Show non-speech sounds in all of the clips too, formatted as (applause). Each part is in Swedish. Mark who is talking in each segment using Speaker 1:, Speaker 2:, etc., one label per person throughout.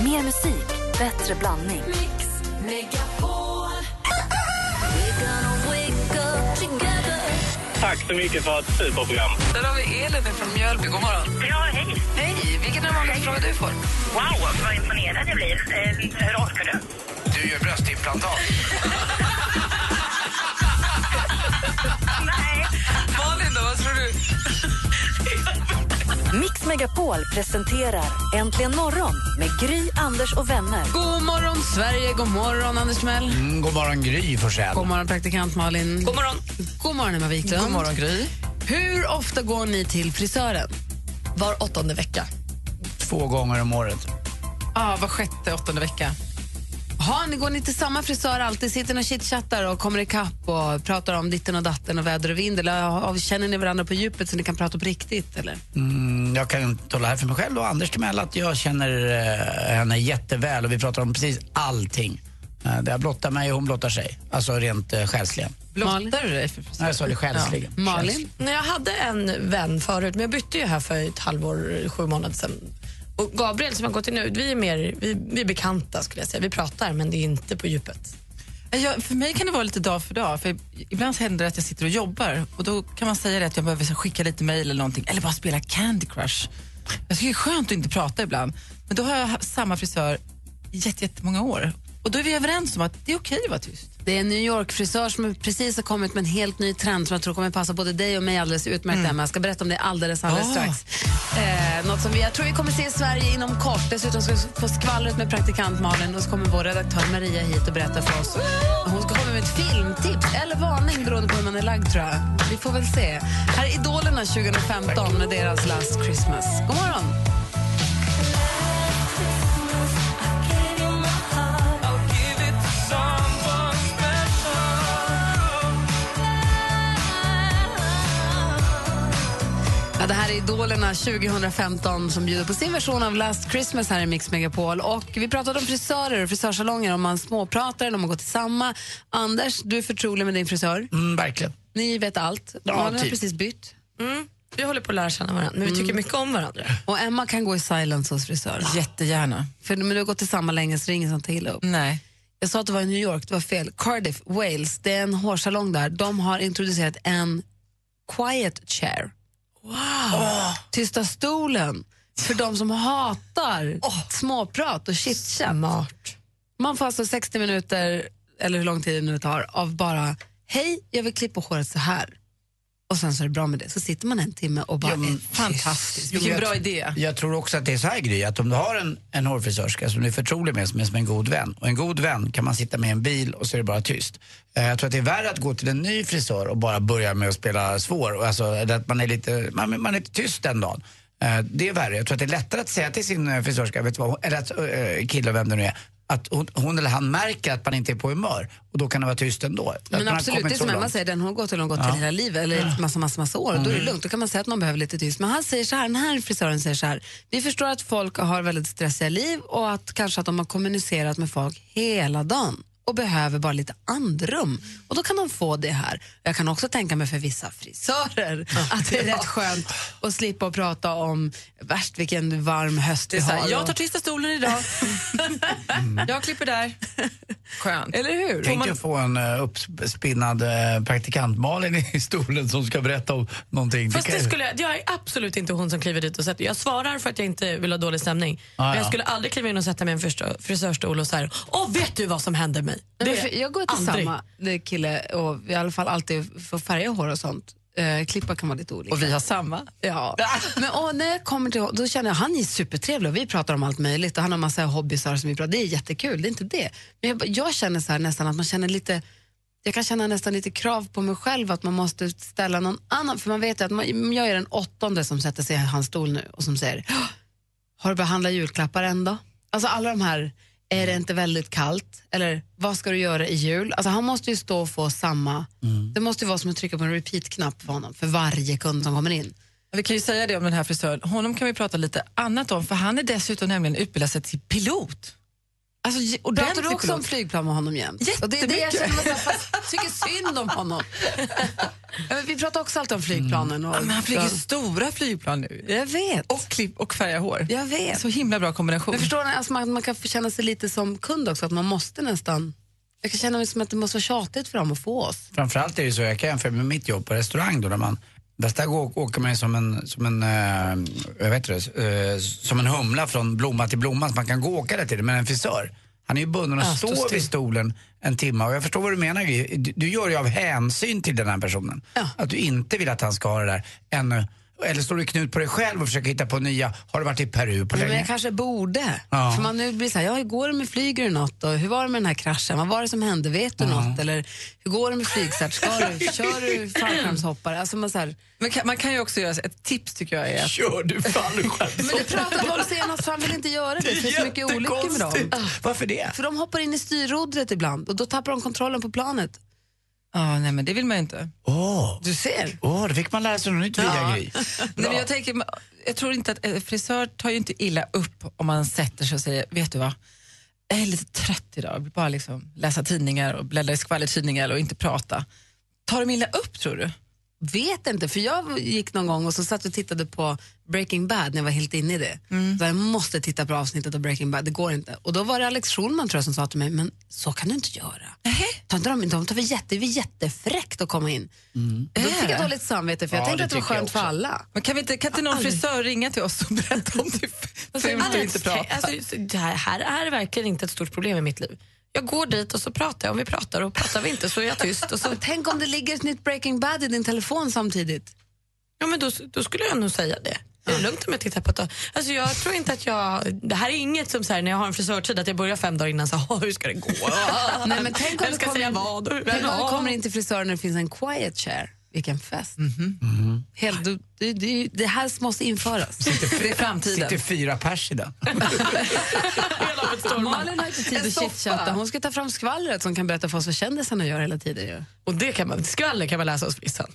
Speaker 1: Mer musik, bättre blandning.
Speaker 2: Mix Megapol.
Speaker 3: Tack så mycket för ett superprogram.
Speaker 4: Där har vi Elin från Mjölby. God morgon.
Speaker 5: Ja, hej.
Speaker 4: Hej! Vilken är den vanligaste frågan du får?
Speaker 5: Wow, vad imponerad jag blir. Eh, hur orkar du?
Speaker 6: Du gör bröstimplantat.
Speaker 5: Nej.
Speaker 4: Malin då, vad tror du?
Speaker 1: Mix Megapol presenterar Äntligen morgon med Gry, Anders och vänner.
Speaker 4: God morgon Sverige, god morgon Anders Timell.
Speaker 6: Mm, god morgon Gry Forssell.
Speaker 4: God morgon praktikant Malin. God morgon. God morgon Emma Wiklund. God morgon Gry. Hur ofta går ni till frisören?
Speaker 7: Var åttonde vecka.
Speaker 6: Två gånger om året.
Speaker 7: Ja, var sjätte, åttonde vecka.
Speaker 4: Ha, ni går ni till samma frisör alltid? Sitter ni och chitchattar och kommer ikapp och pratar om ditten och datten och väder och vind? Eller ja, känner ni varandra på djupet så ni kan prata på riktigt? Eller?
Speaker 6: Mm, jag kan tala här för mig själv och Anders Timell att jag känner eh, henne jätteväl och vi pratar om precis allting. Eh, där jag blottar mig och hon blottar sig. Alltså rent eh, själsligen.
Speaker 4: Malin?
Speaker 7: Blottar du dig för
Speaker 6: Nej, jag sa det själsligen.
Speaker 4: Malin?
Speaker 6: Själsligen.
Speaker 7: Nej, jag hade en vän förut, men jag bytte ju här för ett halvår, sju månader sedan. Och Gabriel som jag gått till nu, vi är mer vi, vi är bekanta skulle jag säga. Vi pratar, men det är inte på djupet.
Speaker 8: Jag, för mig kan det vara lite dag för dag. För Eh, ibland händer det att jag sitter och jobbar och då kan man säga det att jag behöver så skicka lite mejl eller någonting eller bara spela Candy Crush. Jag tycker det är skönt att inte prata ibland. Men då har jag haft samma frisör i jätte- jättemånga år. Och då är vi överens om att det är okej att vara tyst.
Speaker 4: Det är en New York-frisör som precis har kommit med en helt ny trend som jag tror kommer passa både dig och mig alldeles utmärkt, Emma. Jag ska berätta om det alldeles, alldeles
Speaker 8: Ah.
Speaker 4: strax. Eh, något som vi, jag tror vi kommer se i Sverige inom kort. Dessutom ska vi få skvallret med praktikant Malin och så kommer vår redaktör Maria hit och berätta för oss. Hon ska komma med ett filmtips eller varning beroende på hur man är lagd, tror jag. Vi får väl se. Här är Idolerna 2015 med deras Last Christmas. God morgon! Ja, det här är Idolerna 2015 som bjuder på sin version av Last Christmas här i Mix Megapol. Och vi pratade om frisörer och frisörsalonger, om man småpratar eller om man går till samma. Anders, du är förtrolig med din frisör.
Speaker 6: Mm, verkligen.
Speaker 4: Ni vet allt.
Speaker 6: Ja,
Speaker 4: Malin har
Speaker 6: typ.
Speaker 4: precis bytt.
Speaker 7: Mm. Vi håller på att lära känna varandra, men vi tycker mycket om (laughs) varandra.
Speaker 4: Och Emma kan gå i silence hos frisören.
Speaker 8: Jättegärna.
Speaker 4: För men du har gått till samma länge så det är ingen som tar illa upp.
Speaker 8: Nej.
Speaker 4: Jag sa att det var i New York, det var fel. Cardiff, Wales, det är en hårsalong där. De har introducerat en quiet chair. Tysta stolen för de som hatar småprat och chitchat.
Speaker 7: Smart.
Speaker 4: Man får alltså 60 minuter, eller hur lång tid det nu tar, av bara hej, jag vill klippa håret så här. Och sen så är det bra med det. Så sitter man en timme och bara
Speaker 6: Ja, men
Speaker 4: är fantastisk.
Speaker 8: Vilken
Speaker 6: jag
Speaker 8: bra
Speaker 6: tr-
Speaker 8: idé.
Speaker 6: Jag tror också att det är så här Gry, att om du har en, en hårfrisörska som du är förtrolig med, som är som en god vän, och en god vän kan man sitta med i en bil och så är det bara tyst. Eh, Jag tror att det är värre att gå till en ny frisör och bara börja med att spela svår, och alltså, eller att man är, lite, man, man är lite tyst den dagen. Eh, Det är värre. Jag tror att det är lättare att säga till sin eh, frisörska, vet du vad, hon- eller att, eh, kille, vem det nu är, att hon, hon eller han märker att man inte är på humör och då kan det vara tyst ändå. Att man
Speaker 4: Men
Speaker 6: har
Speaker 4: absolut,
Speaker 6: kommit
Speaker 4: det är
Speaker 6: så
Speaker 4: som Emma
Speaker 6: långt.
Speaker 4: säger, den har gått och den har gått till hela livet, eller massa, massa, massa år.
Speaker 8: Mm.
Speaker 4: Då är det lugnt, då kan man säga att man behöver lite tyst. Men han säger så här, den här frisören säger så här, vi förstår att folk har väldigt stressiga liv och att kanske att de har kommunicerat med folk hela dagen och behöver bara lite andrum. Och då kan de få det här. Jag kan också tänka mig för vissa frisörer att det är rätt skönt att slippa att prata om värst vilken varm höst
Speaker 8: Det
Speaker 4: vi
Speaker 8: är så här,
Speaker 4: har.
Speaker 8: jag
Speaker 4: och-
Speaker 8: tar tysta stolen
Speaker 7: (laughs)
Speaker 8: idag. Jag klipper där. Skönt.
Speaker 4: Eller hur?
Speaker 6: Tänk
Speaker 8: man-
Speaker 6: att få en eh, uppspinnad eh, praktikant Malin (laughs) i stolen som ska berätta om någonting.
Speaker 7: Fast
Speaker 6: kan
Speaker 7: det
Speaker 6: ju-
Speaker 7: skulle, jag jag är absolut inte hon som kliver dit och sätter Jag svarar för att jag inte vill ha dålig stämning.
Speaker 6: Ah,
Speaker 7: Men jag
Speaker 6: ja.
Speaker 7: skulle aldrig kliva in och sätta mig i en frisör- frisörstol och så här, åh vet du vad som hände mig?
Speaker 4: Nej,
Speaker 7: Det-
Speaker 4: men för jag går till
Speaker 7: aldrig.
Speaker 4: samma det kille och i alla fall alltid får färga hår och sånt. Eh, klippa kan vara lite olika.
Speaker 8: Och vi har samma. (laughs)
Speaker 4: Ja. Men åh, när jag kommer till hon- då känner jag han är supertrevlig och vi pratar om allt möjligt och han har massa hobbysar som vi pratar Det är jättekul, det är inte det. Men jag, bara- jag känner så här nästan att man känner lite jag kan känna nästan lite krav på mig själv att man måste ställa någon annan. För man vet ju att man, jag är den åttonde som sätter sig i hans stol nu och som säger "Åh, har du behandlat julklappar än då? Alltså alla de här, är det inte väldigt kallt? Eller vad ska du göra i jul? Alltså han måste ju stå och få samma,
Speaker 8: Mm.
Speaker 4: det måste ju vara som att trycka på en repeat-knapp för honom, för varje kund som kommer in.
Speaker 8: Vi kan ju säga det om den här frisören. Honom kan vi prata lite annat om för han är dessutom nämligen utbildad sig till pilot.
Speaker 4: Alltså, j-
Speaker 8: Ordentlig
Speaker 4: pratar du också om
Speaker 8: pilot.
Speaker 4: flygplan med honom jämt? Och det är det jag känner, mig så här, fast tycker synd
Speaker 8: (laughs)
Speaker 4: om honom. Ja, men vi pratar också alltid om flygplanen. Och,
Speaker 8: Men han flyger stora flygplan nu.
Speaker 4: Jag vet.
Speaker 8: Och klipp och färga hår.
Speaker 4: Jag vet.
Speaker 8: Så himla bra kombination.
Speaker 4: Men förstår ni, alltså man, man kan få känna sig lite som kund också, att man måste nästan... Jag kan känna mig som att det måste vara tjatigt för dem att få oss.
Speaker 6: Framförallt är det så, jag kan jämföra med mitt jobb på restaurang då, där man Fast där går, åker man ju som en, som en, eh, jag vet inte, eh, som en humla från blomma till blomma. Så man kan gå och åka där till det. Men en frisör, han är ju bunden att stå vid stolen en timme. Och jag förstår vad du menar Gry. Du, du gör det av hänsyn till den här personen. Att du inte vill att han ska ha det där ännu. Eller står du knut på dig själv och försöker hitta på nya. Har du varit i Peru på
Speaker 4: Nej, Men
Speaker 6: länge?
Speaker 4: jag kanske borde.
Speaker 6: Ja.
Speaker 4: För man nu blir så här, ja, hur går det med flyger du något? Och hur var det med den här kraschen? Vad var det som hände? Vet du något? Eller hur går det med flygcert? Ska du, kör du fallskärmshoppare? Alltså man så här,
Speaker 8: Men kan, man kan ju också göra ett tips tycker jag är att
Speaker 6: Kör du fallskärm?
Speaker 4: Men det pratade vi om senast, för han vill inte göra det. Det finns så mycket olyckor med dem.
Speaker 6: Jättekonstigt. Varför det?
Speaker 4: För de hoppar in i styrrodret ibland och då tappar de kontrollen på planet.
Speaker 8: Ja, nej men det vill man ju inte.
Speaker 6: Åh,
Speaker 4: Du ser.
Speaker 6: Åh, då fick man lära sig något nytt ja. Gry.
Speaker 8: Nej, men jag, tänker, jag tror inte att eh, frisör tar ju inte illa upp om man sätter sig och säger, vet du vad, jag är lite trött idag, jag vill bara liksom läsa tidningar och bläddra i skvallertidningar och inte prata. Tar de illa upp tror du?
Speaker 4: Vet inte, för jag gick någon gång och så satt och tittade på Breaking Bad när jag var helt inne i det.
Speaker 8: Mm.
Speaker 4: Så jag måste titta på avsnittet av Breaking Bad, det går inte. Och då var det Alex Schulman tror jag som sa till mig, men så kan du inte göra. Ta inte dem, de tar för jätte, det var jättefräckt att komma in.
Speaker 8: Mm.
Speaker 4: Då fick jag
Speaker 8: Äh.
Speaker 4: dåligt samvete för jag
Speaker 6: Ja,
Speaker 4: tänkte
Speaker 6: det
Speaker 4: att det var
Speaker 6: tycker jag
Speaker 4: skönt för
Speaker 6: också.
Speaker 4: alla.
Speaker 8: Men kan, vi inte, kan inte någon frisör ringa till oss och berätta om det är fult att inte
Speaker 7: Alex,
Speaker 8: prata?
Speaker 7: alltså, det här, här är verkligen inte ett stort problem i mitt liv. Jag går dit och så pratar jag, om vi pratar och pratar vi inte så är jag tyst. Och så,
Speaker 4: Tänk om det ligger ett nytt Breaking Bad i din telefon samtidigt.
Speaker 7: ja, men då, då skulle jag nog säga det. Det är lugnt om jag tittar på ett tag. Alltså jag tror inte att jag... Det här är inget som så här, när jag har en frisörtid att jag börjar fem dagar innan så här, "Åh, hur ska det gå?
Speaker 4: Nej, men tänk om
Speaker 7: Vem
Speaker 4: det
Speaker 7: ska
Speaker 4: kommer
Speaker 7: säga
Speaker 4: in-
Speaker 7: vad? och hur-
Speaker 4: Tänk om
Speaker 7: Ja.
Speaker 4: du kommer in till frisören och det finns en quiet chair. Vilken fest. Mm-hmm. Helt, det, det, det, det här måste införas.
Speaker 8: För det är framtiden.
Speaker 6: Sitter fyra pers i den.
Speaker 4: Malin har inte tid att chitchatta. Hon ska ta fram skvallret som kan berätta för oss vad kändisarna gör hela tiden. Ju.
Speaker 7: Och det kan man, skvaller kan man läsa hos frissan.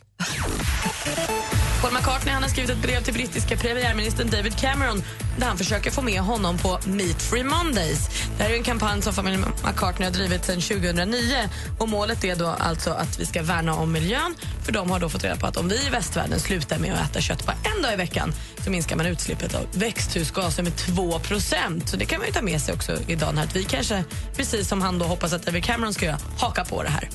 Speaker 7: Paul McCartney han har skrivit ett brev till brittiska premiärministern David Cameron där han försöker få med honom på Meat Free Mondays. Det här är ju en kampanj som familjen McCartney har drivit sedan 2009. Och Målet är då alltså att vi ska värna om miljön. För De har då fått reda på att om vi i västvärlden slutar med att äta kött bara en dag i veckan så minskar man utsläppet av växthusgaser med 2 Så det kan man ju ta med sig också idag. Här. Att vi kanske, precis som han då hoppas att David Cameron ska göra, haka på det här.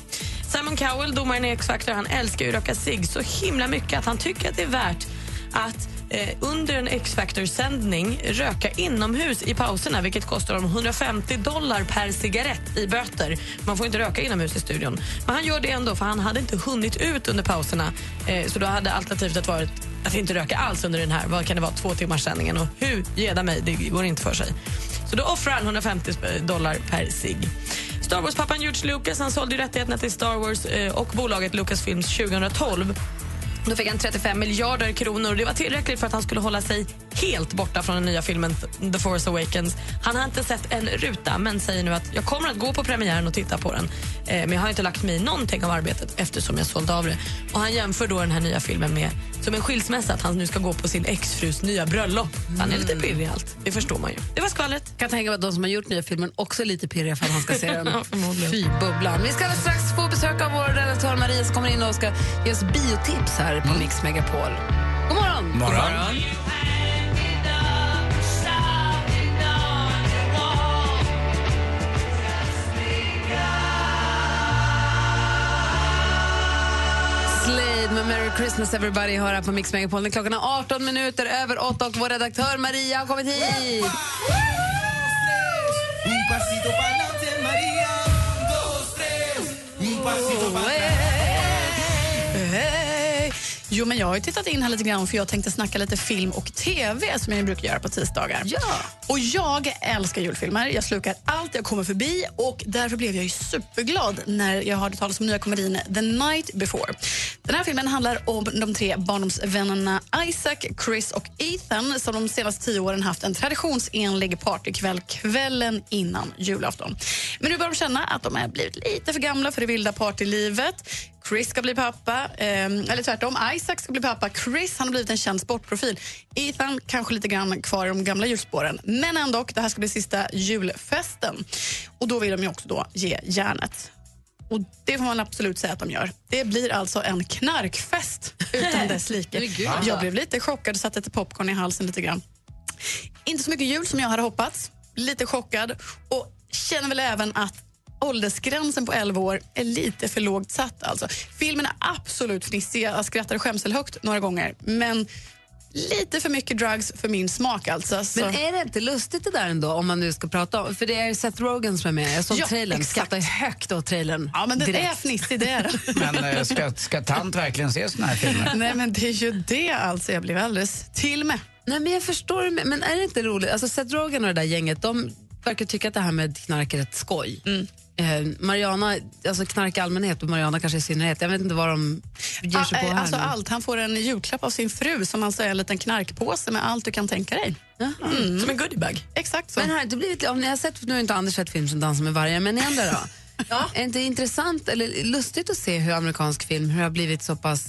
Speaker 7: Simon Cowell, domaren i X-Factor, han älskar ju röka sig så himla mycket att han tycker att det är värt att eh, under en X-Factor-sändning röka inomhus i pauserna vilket kostar dem 150 dollar per cigarett i böter. Man får inte röka inomhus i studion. Men han gör det ändå, för han hade inte hunnit ut under pauserna. Eh, så då hade alternativet att varit att inte röka alls under den här vad kan det vara, två timmars sändningen. Och hur, geda mig, det går inte för sig. Så då offrar han 150 dollar per cigg. Star Wars-pappan George Lucas han sålde ju rättigheterna till Star Wars eh, och bolaget Lucasfilms 2012. Då fick han 35 miljarder kronor. Det var tillräckligt för att han skulle hålla sig helt borta från den nya filmen The Force Awakens. Han har inte sett en ruta, men säger nu att jag kommer att gå på premiären och titta på den. Eh, men jag har inte lagt mig i någonting av arbetet eftersom jag sålde av det. Och han jämför då den här nya filmen med som en skilsmässa att han nu ska gå på sin exfrus nya bröllop. Han är lite pirrig i allt. Det förstår man ju. Det var skvallret.
Speaker 4: Kan tänka mig att de som har gjort nya filmen också är lite pirriga för att han ska se den.
Speaker 7: Ja, förmodligen.
Speaker 4: Fy bubblan. Vi ska alldeles strax få besök av vår redaktör Maria som kommer in och ska ge oss biotips här på Mix Megapol. God morgon!
Speaker 6: Morgon.
Speaker 4: Slade med Merry Christmas everybody hör här på Mix Megapol. Klockan är 18 minuter över 8 och vår redaktör Maria har kommit hit.
Speaker 9: Hej! Jo, men jag har ju tittat in här lite grann för jag tänkte snacka lite film och TV som jag brukar göra på tisdagar.
Speaker 4: Ja.
Speaker 9: Och jag älskar julfilmer. Jag slukar allt jag kommer förbi och därför blev jag ju superglad när jag hörde talas om nya komedin The Night Before. Den här filmen handlar om de tre barndomsvännerna Isaac, Chris och Ethan som de senaste tio åren haft en traditionsenlig partykväll kvällen innan julafton. Men nu börjar de känna att de är blivit lite för gamla för det vilda partylivet. Chris ska bli pappa. ehm, eller tvärtom, Isaac ska bli pappa. Chris han har blivit en känd sportprofil. Ethan kanske lite grann kvar i de gamla hjulspåren. Men ändå, det här ska bli sista julfesten. Och då vill de ju också då ge järnet. Och det får man absolut säga att de gör. Det blir alltså en knarkfest utan dess like.
Speaker 4: alltså.
Speaker 9: Jag blev lite chockad och satte lite popcorn i halsen lite grann. Inte så mycket jul som jag hade hoppats. Lite chockad och känner väl även att åldersgränsen på 11 år är lite för lågt satt. Alltså. Filmen är absolut fnissig. Jag skrattade skämselhögt några gånger. Men lite för mycket drugs för min smak. Alltså. Så-
Speaker 4: Men är det inte lustigt det där ändå om man nu ska prata om, för det är Seth Rogen som är med, jag såg
Speaker 9: Ja,
Speaker 4: trailern,
Speaker 9: exakt.
Speaker 4: skrattade högt åt trailern.
Speaker 9: ja, men den
Speaker 4: direkt.
Speaker 9: är fnissig, det är den.
Speaker 4: (laughs)
Speaker 6: Men eh, ska, ska tant verkligen se såna här filmer?
Speaker 9: Nej, men det är ju det alltså. Jag blev alldeles till med.
Speaker 4: Nej, men jag förstår, men men är det inte roligt? Alltså Seth Rogen och det där gänget, de verkar tycka att det här med knark är ett skoj.
Speaker 9: Mm.
Speaker 4: Eh, Mariana, alltså knark i allmänhet och Mariana kanske i synnerhet, jag vet inte vad de ger sig
Speaker 9: Ah,
Speaker 4: på
Speaker 9: eh,
Speaker 4: här
Speaker 9: alltså
Speaker 4: nu.
Speaker 9: allt. Han får en julklapp av sin fru som alltså är en liten knarkpåse med allt du kan tänka dig.
Speaker 4: Jaha.
Speaker 7: Som en goodiebag.
Speaker 9: Mm. Exakt så.
Speaker 4: Men har det inte blivit, om ni har sett, nu har inte Anders sett film som Dansa med vargar, men ni andra
Speaker 9: (laughs)
Speaker 4: då? ja. Är det inte intressant eller lustigt att se hur amerikansk film hur det har blivit så pass...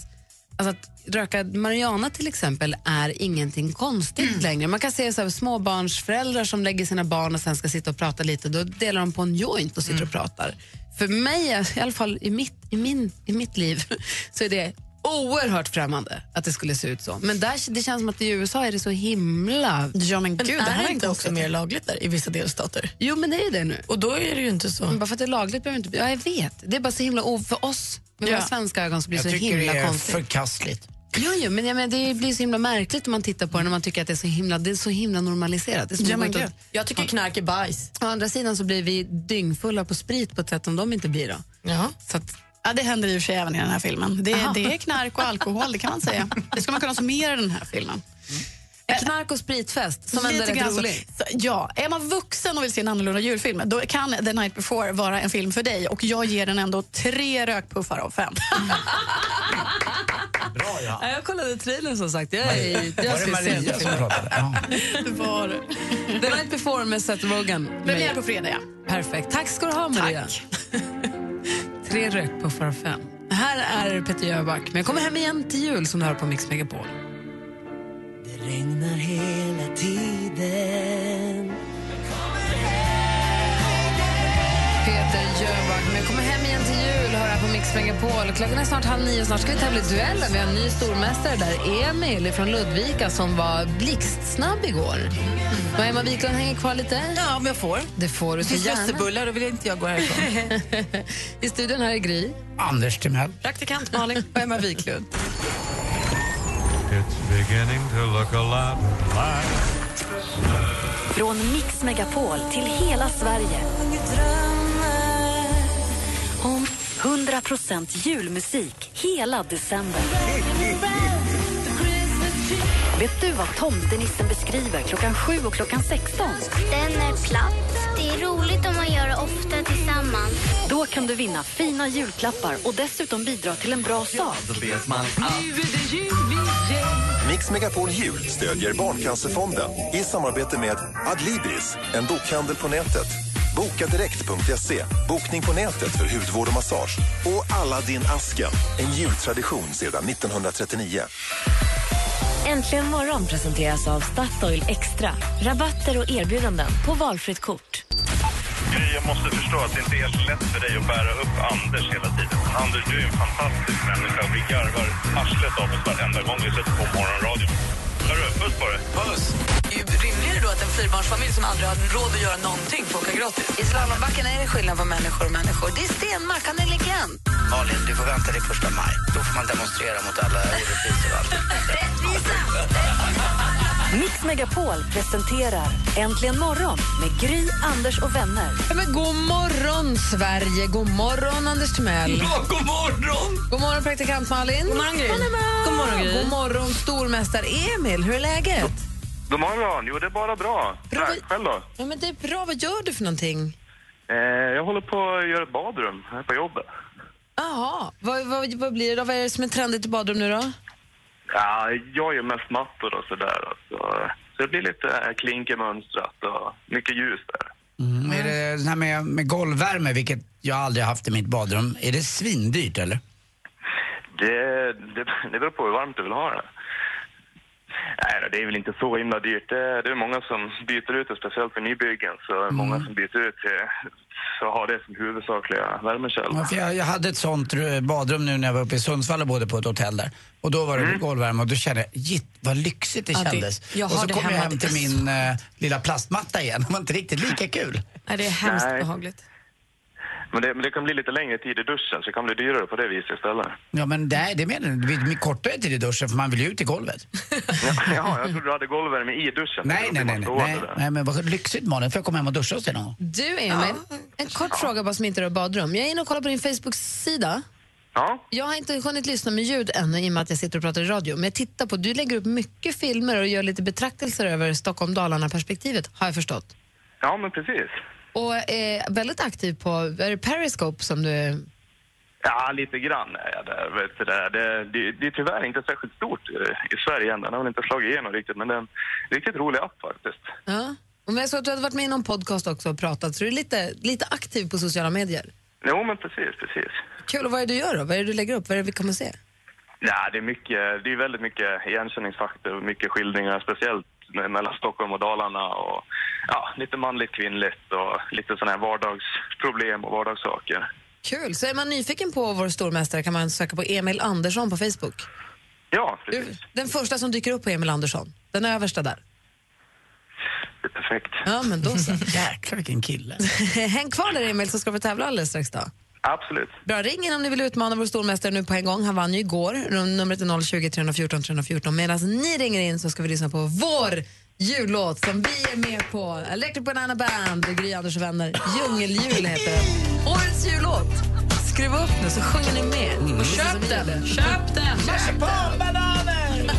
Speaker 4: Alltså att röka marijuana till exempel är ingenting konstigt
Speaker 9: Mm.
Speaker 4: längre. Man kan se så här, småbarnsföräldrar som lägger sina barn och sen ska sitta och prata lite. Då delar de på en joint och sitter och
Speaker 9: Mm.
Speaker 4: pratar. För mig, i alla fall i mitt, i min, i mitt liv, (laughs) så är det oerhört främmande att det skulle se ut så. Men där, det känns som att i USA är det så himla...
Speaker 9: ja, men gud, det
Speaker 7: det
Speaker 9: här är
Speaker 7: inte
Speaker 9: inte
Speaker 7: också
Speaker 9: också
Speaker 7: mer lagligt där i vissa delstater?
Speaker 4: Jo, men det är ju det nu.
Speaker 7: Och då är det ju inte så.
Speaker 4: Men Bara för att det är lagligt behöver det inte bli... Ja, jag vet. Det är bara så himla... Och för oss, med
Speaker 9: Ja.
Speaker 4: våra svenska ögon, så blir
Speaker 6: Jag
Speaker 4: det så
Speaker 6: tycker det
Speaker 4: himla
Speaker 6: är
Speaker 4: konstigt.
Speaker 6: förkastligt.
Speaker 4: Jo, jo, men jag menar, det blir så himla märkligt om man tittar på det när man tycker att det är så himla, det är så himla normaliserat. Det är som
Speaker 9: Ja,
Speaker 4: att
Speaker 9: men
Speaker 4: gå ut och-
Speaker 9: gud.
Speaker 7: Jag tycker knark är bajs.
Speaker 4: Å andra sidan så blir vi dyngfulla på sprit på ett sätt som de inte blir. Då.
Speaker 7: Ja.
Speaker 4: Så att,
Speaker 9: Ja, det händer i och för sig även i den här filmen. Det, det är knark och alkohol, det kan man säga. Det skulle man kunna summera den här filmen.
Speaker 4: en knark och spritfest som ändå är
Speaker 9: Lite grann
Speaker 4: rätt
Speaker 9: så.
Speaker 4: rolig.
Speaker 9: Så, ja, är man vuxen och vill se en annorlunda julfilm, då kan The Night Before vara en film för dig. Och jag ger den ändå tre rökpuffar av fem.
Speaker 6: (laughs) Bra, ja.
Speaker 4: jag kollade trailern som sagt. Jag, jag,
Speaker 6: Var det Maria som pratade? Ja.
Speaker 9: Det var
Speaker 4: The Night Before med Seth Rogen.
Speaker 9: premiär på fredag, ja.
Speaker 4: Perfekt. Tack ska du ha, Maria. (laughs) Tre rökpuffar av fem. Här är Peter Jöback, men jag kommer hem igen till jul som du hör på Mix Megapol.
Speaker 2: Det regnar hela tiden
Speaker 4: Peter Jöback, men jag kommer hem igen till jul hör här på Mix Megapol. Klockan är snart halv nio, snart ska vi tävla i duellen. Vi har en ny stormästare där, Emil från Ludvika som var blixtsnabb igår. Och Emma Wiklund hänger kvar lite.
Speaker 8: Mm. Ja, om jag får.
Speaker 4: Det får du så
Speaker 8: Finns
Speaker 4: gärna.
Speaker 8: lussebullar, då vill inte jag gå härifrån.
Speaker 4: (laughs) I studion här är Gry.
Speaker 6: Anders Timell.
Speaker 9: (laughs)
Speaker 7: Praktikant Malin.
Speaker 8: Och Emma Wiklund.
Speaker 10: It's beginning to look a lot like
Speaker 1: Från Mix Megapol till hela Sverige. 100% julmusik hela december. Vet du vad tomtenissen beskriver klockan 7 och klockan 16?
Speaker 11: Den är platt. Det är roligt om man gör det ofta tillsammans.
Speaker 1: Då kan du vinna fina julklappar och dessutom bidra till en bra sak.
Speaker 12: Mix Megapol Jul stödjer Barncancerfonden i samarbete med Adlibris, en bokhandel på nätet bokadirekt.se, E. bokning på nätet för hudvård och massage och Aladdin asken en jultradition sedan 1939.
Speaker 2: Äntligen morgon presenteras av Statoil Extra. Rabatter och erbjudanden på valfritt kort.
Speaker 3: Gry, Jag måste förstå att det inte är helt lätt för dig att bära upp Anders hela tiden. Anders, du är en fantastisk människa. Vi garvar arslet av oss varenda gång vi sätter på morgonradion. Hörru, puss på dig.
Speaker 7: Rimligare då att en fyrbarnsfamilj som aldrig har råd att göra någonting får åka gratis.
Speaker 4: I slalombacken är det skillnad på människor och människor. Det är Stenmark, han är legend.
Speaker 6: Malin, du får vänta till första maj. Då får man demonstrera mot alla orättvisor och allt.
Speaker 1: Mix Megapol presenterar Äntligen morgon med Gry, Anders och vänner.
Speaker 4: Ja, men god morgon, Sverige! God morgon, Anders Timell!
Speaker 6: God morgon!
Speaker 4: God morgon, praktikant Malin! God morgon, Gry! God morgon, God morgon stormästare Emil! Hur är läget?
Speaker 3: God morgon. Jo, det är bara bra.
Speaker 4: Bra.
Speaker 3: Tack. Själv då?
Speaker 4: Ja, men det är bra. Vad gör du för någonting?
Speaker 3: Eh, jag håller på att göra ett badrum här på jobbet.
Speaker 4: Jaha, vad, vad, vad blir det då? Vad är det som är trendigt i badrum nu då?
Speaker 3: Ja, jag gör mest mattor och sådär. Så, så det blir lite klinkermönstrat och mycket ljus där.
Speaker 6: Mm, är det den här med, med golvvärme, vilket jag aldrig haft i mitt badrum, är det svindyrt eller?
Speaker 13: Det, det, det beror på hur varmt du vill ha det. Nej, då, det är väl inte så himla dyrt. Det, det är många som byter ut det, speciellt vid nybyggen. Så är det många
Speaker 6: Mm.
Speaker 13: som byter ut till, så har det som huvudsakliga värmekälla.
Speaker 6: Ja, för jag, jag hade ett sånt ru- badrum nu när jag var uppe i Sundsvall och bodde på ett hotell där. Och då var det
Speaker 14: Mm.
Speaker 6: golvvärme och då kände jag, jitt vad lyxigt det
Speaker 7: Ja, det-
Speaker 6: kändes.
Speaker 7: jag
Speaker 6: och
Speaker 7: har
Speaker 6: så
Speaker 7: det
Speaker 6: kom jag
Speaker 7: hemma,
Speaker 6: hem
Speaker 7: det är
Speaker 6: till min eh, lilla plastmatta igen. (laughs) Det var inte riktigt lika kul.
Speaker 7: Nej, det är hemskt
Speaker 13: Nej.
Speaker 7: behagligt.
Speaker 13: Men det, men det kan bli lite längre tid i duschen, så det kan bli dyrare på det viset istället.
Speaker 6: Ja men nej, det menar jag inte. Det blir kortare tid i duschen för man vill ju ut i golvet. (laughs)
Speaker 13: Ja, jag trodde du hade golvvärme i duschen.
Speaker 6: Nej,
Speaker 13: Då blir
Speaker 6: nej, nej.
Speaker 13: man
Speaker 6: nej,
Speaker 13: stående
Speaker 6: nej.
Speaker 13: där.
Speaker 6: nej men vad lyxigt Malin, får jag komma hem och duscha hos dig någon gång?
Speaker 4: Du, Emil, en kort fråga bara som inte rör badrum. Jag är inne och kollar på din Facebook-sida.
Speaker 13: Ja.
Speaker 4: Jag har inte hunnit lyssna med ljud ännu i och med att jag sitter och pratar i radio. Men jag tittar på, du lägger upp mycket filmer och gör lite betraktelser över Stockholm-Dalarna-perspektivet, har jag förstått.
Speaker 13: Ja, men precis.
Speaker 4: Och är väldigt aktiv på, är det Periscope som du...
Speaker 13: Ja, lite grann är jag där. Vet du, det, det, det, det är tyvärr inte särskilt stort eh, i Sverige än. Den har väl inte slagit igenom riktigt, men det är en riktigt rolig app faktiskt.
Speaker 4: Ja. Om jag såg att du hade varit med i någon podcast också och pratat, så du är lite, lite aktiv på sociala medier.
Speaker 13: Jo, men precis, precis.
Speaker 4: Kul, och vad är det du gör då? Vad är det du lägger upp? Vad är det vi kommer se?
Speaker 13: Ja, det är mycket, det är väldigt mycket igenkänningsfaktor, mycket skildringar, speciellt me- mellan Stockholm och Dalarna och ja, lite manligt, kvinnligt och lite sådana här vardagsproblem och vardagssaker.
Speaker 4: Kul, så är man nyfiken på vår stormästare kan man söka på Emil Andersson på Facebook.
Speaker 13: Ja,
Speaker 4: precis. Den första som dyker upp på Emil Andersson, den översta där.
Speaker 13: Det är perfekt.
Speaker 4: Ja, men då (laughs) så.
Speaker 6: Jäklar vilken
Speaker 7: (laughs)
Speaker 6: kille.
Speaker 4: Häng kvar där Emil så ska vi tävla alldeles strax då.
Speaker 13: Absolut.
Speaker 4: Bra, ring in om ni vill utmana vår stormästare nu på en gång. Han vann ju igår. Num- Numret är 020 314 314. Medan ni ringer in så ska vi lyssna på vår jullåt som vi är med på. Electric Banana Band, Gry Anders och vänner. Djungeljul heter den. Årets jullåt. Skruva upp nu så sjunger ni med. Och köp den! Köp den! Köp
Speaker 6: på bananer!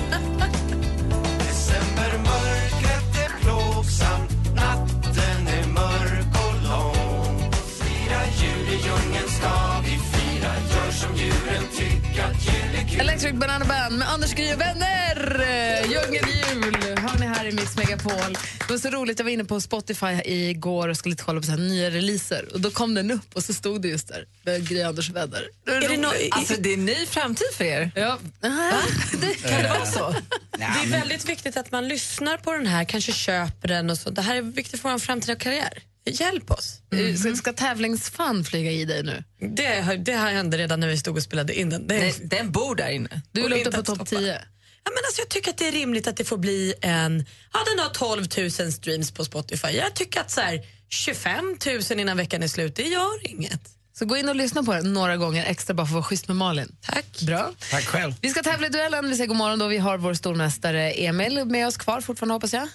Speaker 15: Decembermörkret är plågsamt, natten är mörk och lång. Fira jul i djungeln ska vi fira, gör som djuren tycker att jul är kul.
Speaker 4: Electric Banana Band med Anders Gry och vänner! Eh, Djungeljul hör ni här i Mix Megapol. Det var så roligt, jag var inne på Spotify igår och skulle lite kolla på så här nya releaser. Och Då kom den upp och så stod det just där, med Gry och Anders och vänner. Det
Speaker 8: Är det nå-
Speaker 4: roligt.
Speaker 8: alltså, det är en ny framtid för er. Eh.
Speaker 4: Ja. (laughs)
Speaker 7: Kan det vara så?
Speaker 6: det
Speaker 7: är väldigt viktigt att man lyssnar på den här, kanske köper den och så. Det här är viktigt för vår framtida karriär. Hjälp oss.
Speaker 4: Mm. Ska, ska tävlingsfan flyga i dig nu?
Speaker 7: Det, har- det här hände redan när vi stod och spelade in den.
Speaker 8: Den, den bor där inne.
Speaker 4: Du
Speaker 7: Går
Speaker 4: låter
Speaker 7: inte
Speaker 4: på
Speaker 7: att
Speaker 4: topp 10.
Speaker 7: Ja, men alltså, jag tycker att det är rimligt att det får bli en... Ja, den har 12 000 streams på Spotify. Jag tycker att så här, 25 000 innan veckan är slut, det gör inget.
Speaker 4: Så gå in och lyssna på den några gånger extra bara för att vara schysst med Malin.
Speaker 7: Tack.
Speaker 4: Bra.
Speaker 6: Tack själv.
Speaker 4: Vi ska tävla i duellen. Vi säger god morgon då. Vi har vår stormästare Emil med oss kvar fortfarande hoppas jag.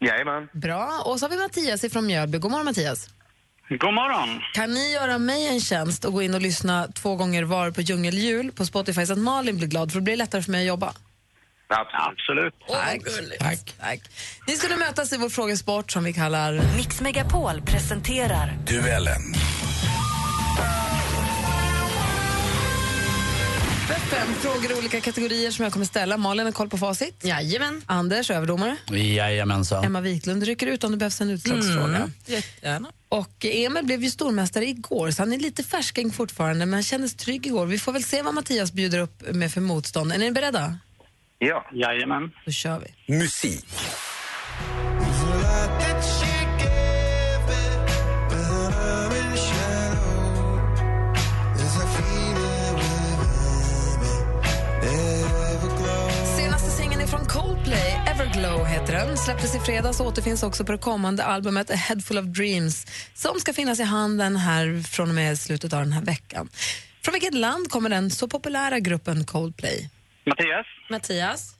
Speaker 13: Jajamän.
Speaker 4: Bra. Och så har vi Mattias ifrån Mjölby. God morgon Mattias.
Speaker 14: God morgon.
Speaker 4: Kan ni göra mig en tjänst och gå in och lyssna två gånger var på Djungeljul på Spotify så att Malin blir glad för det blir lättare för mig att jobba.
Speaker 14: Absolut.
Speaker 4: Tack. Tack. Tack. Ni ska nu mötas i vår frågesport som vi kallar...
Speaker 1: Mix Megapol presenterar
Speaker 12: Duellen.
Speaker 4: Det är fem frågor i olika kategorier som jag kommer ställa. Malin har koll på facit.
Speaker 7: Jajamän.
Speaker 4: Anders, överdomare.
Speaker 6: Jajamensan.
Speaker 4: Emma Wiklund rycker ut om det behövs en utslagsfråga.
Speaker 7: Mm,
Speaker 4: Och Emil blev ju stormästare igår, så han är lite färsking fortfarande, men han kändes trygg igår. Vi får väl se vad Mattias bjuder upp med för motstånd. Är ni beredda?
Speaker 14: Ja. Jajamän.
Speaker 4: Då kör vi.
Speaker 14: Musik.
Speaker 4: Senaste singeln är från Coldplay, Everglow heter den. Släpptes i fredags och återfinns också på det kommande albumet A Head Full of Dreams som ska finnas i handen här från och med slutet av den här veckan. Från vilket land kommer den så populära gruppen Coldplay?
Speaker 14: Mattias.
Speaker 7: Mattias.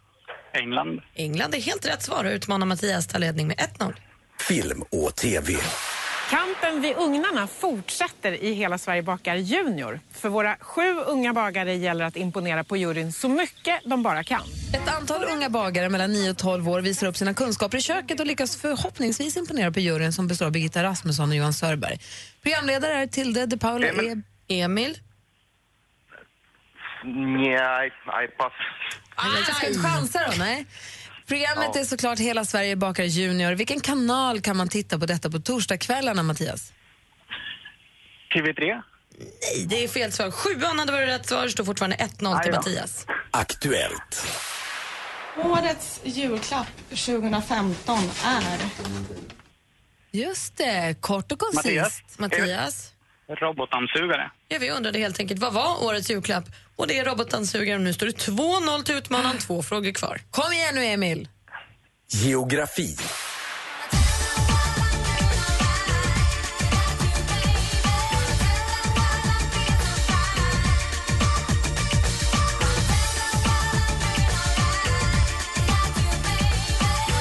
Speaker 14: England.
Speaker 7: England är helt rätt svar och utmanar Mattias till ledning med 1-0.
Speaker 16: Film och TV.
Speaker 17: Kampen vid ugnarna fortsätter i Hela Sverige bakar junior. För våra sju unga bagare gäller att imponera på juryn så mycket de bara kan.
Speaker 4: Ett antal unga bagare mellan 9 och 12 år visar upp sina kunskaper i köket och lyckas förhoppningsvis imponera på juryn som består av Birgitta Rasmusson och Johan Sörberg. Programledare är Tilde de E- Paula Emil.
Speaker 7: Emil.
Speaker 13: Nej, nej, pass.
Speaker 4: Jag ska inte chansa då, nej. Programmet
Speaker 13: Ja.
Speaker 4: är såklart Hela Sverige bakar junior. Vilken kanal kan man titta på detta på torsdagskvällarna, Mattias?
Speaker 14: TV3.
Speaker 7: Nej, det är fel svar. Sjuan hade varit rätt svar. Det står fortfarande 1-0 till
Speaker 16: Aj då.
Speaker 7: Mattias.
Speaker 16: Aktuellt.
Speaker 18: Årets julklapp 2015 är...
Speaker 7: Just det, kort och koncist.
Speaker 14: Mattias?
Speaker 7: Mattias.
Speaker 14: Robotdammsugare.
Speaker 7: Ja, vi undrade helt enkelt, vad var årets julklapp? Och det är robotdammsugaren. Nu står det 2-0 till utmanaren, två frågor kvar.
Speaker 4: Kom igen nu, Emil.
Speaker 16: Geografi.